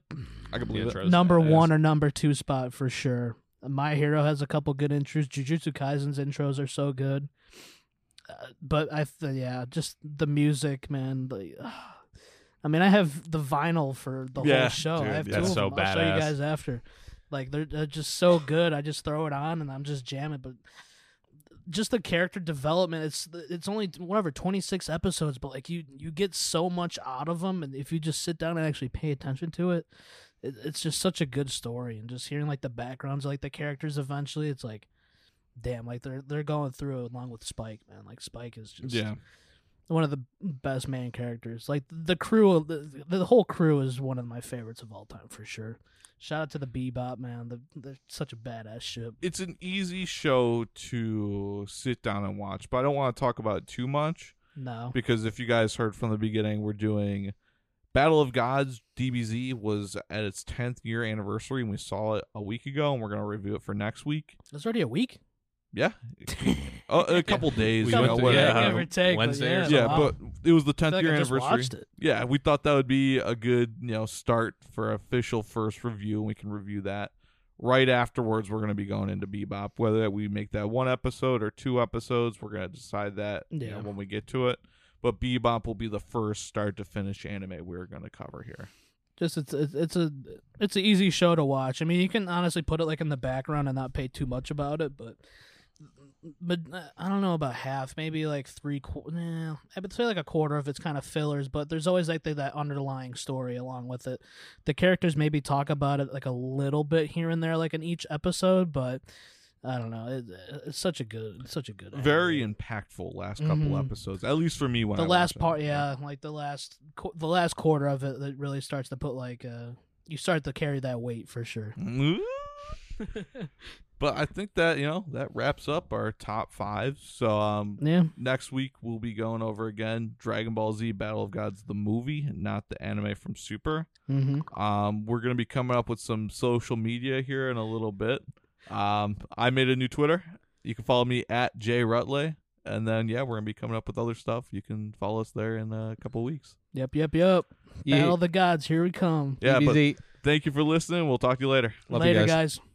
B: I can believe it.
D: intro. Those
C: number
D: badass.
C: one or number two spot for sure. My Hero has a couple good intros. Jujutsu Kaisen's intros are so good. Uh, but I th- yeah, just the music, man. The, I mean, I have the vinyl for the
B: Yeah,
C: whole show.
B: dude,
C: I have two
B: that's
C: of
D: so
C: them. I'll show
D: badass.
C: you guys after. Like they're, they're just so good. I just throw it on and I'm just jamming. But just the character development it's it's only whatever 26 episodes but like you you get so much out of them and if you just sit down and actually pay attention to it, it it's just such a good story and just hearing like the backgrounds of, like the characters eventually it's like damn like they're they're going through it along with spike man like spike is just
B: Yeah.
C: one of the best main characters like the crew the, the whole crew is one of my favorites of all time for sure shout out to the bebop man the, they're such a badass ship
B: it's an easy show to sit down and watch, but I don't want to talk about it too much
C: no
B: because if you guys heard from the beginning, we're doing Battle of Gods DBZ was at its 10th year anniversary and we saw it a week ago and we're going to review it for next week.
C: it's already a week
B: Yeah. Oh, a couple days,
D: We
B: you
D: went
B: know,
D: to-
B: whatever.
D: yeah,
C: give or take, but
D: Wednesday or
C: yeah.
B: Yeah,
C: Wow.
B: but it was the 10th
C: I feel like
B: year
C: I just
B: anniversary.
C: watched it.
B: Yeah, we thought that would be a good, you know, start for official first review, and we can review that right afterwards. We're going to be going into Bebop, whether that we make that one episode or two episodes. We're going to decide that you know,
C: Yeah.
B: when we get to it. But Bebop will be the first start to finish anime we're going to cover here.
C: just it's it's it's a it's an easy show to watch. I mean, you can honestly put it like in the background and not pay too much about it, but but uh, I don't know about half, maybe like three quarter. Nah, I would say like a quarter of it's kind of fillers, but there's always like the, that underlying story along with it. The characters maybe talk about it like a little bit here and there, like in each episode, but I don't know. It, it's such a good, it's such a good,
B: Very
C: anime.
B: impactful last couple
C: Mhm.
B: episodes, at least for me. When
C: the
B: I watched
C: last
B: it.
C: part, yeah, like the last qu- the last quarter of it that really starts to put like uh you start to carry that weight for sure.
B: Mm-hmm. but I think that you know that wraps up our top five. So um,
C: Yeah.
B: next week we'll be going over again Dragon Ball Z Battle of Gods the movie, not the anime from Super.
C: Mm-hmm.
B: Um, we're gonna be coming up with some social media here in a little bit. Um, I made a new Twitter. You can follow me at J Rutley, and then yeah, we're gonna be coming up with other stuff. You can follow us there in a couple weeks.
C: Yep, yep, yep.
D: Yeah.
C: Battle of the gods, here we come.
B: Yeah, but thank you for listening. We'll talk to you later.
D: Love you
C: Later,
D: guys.
C: guys.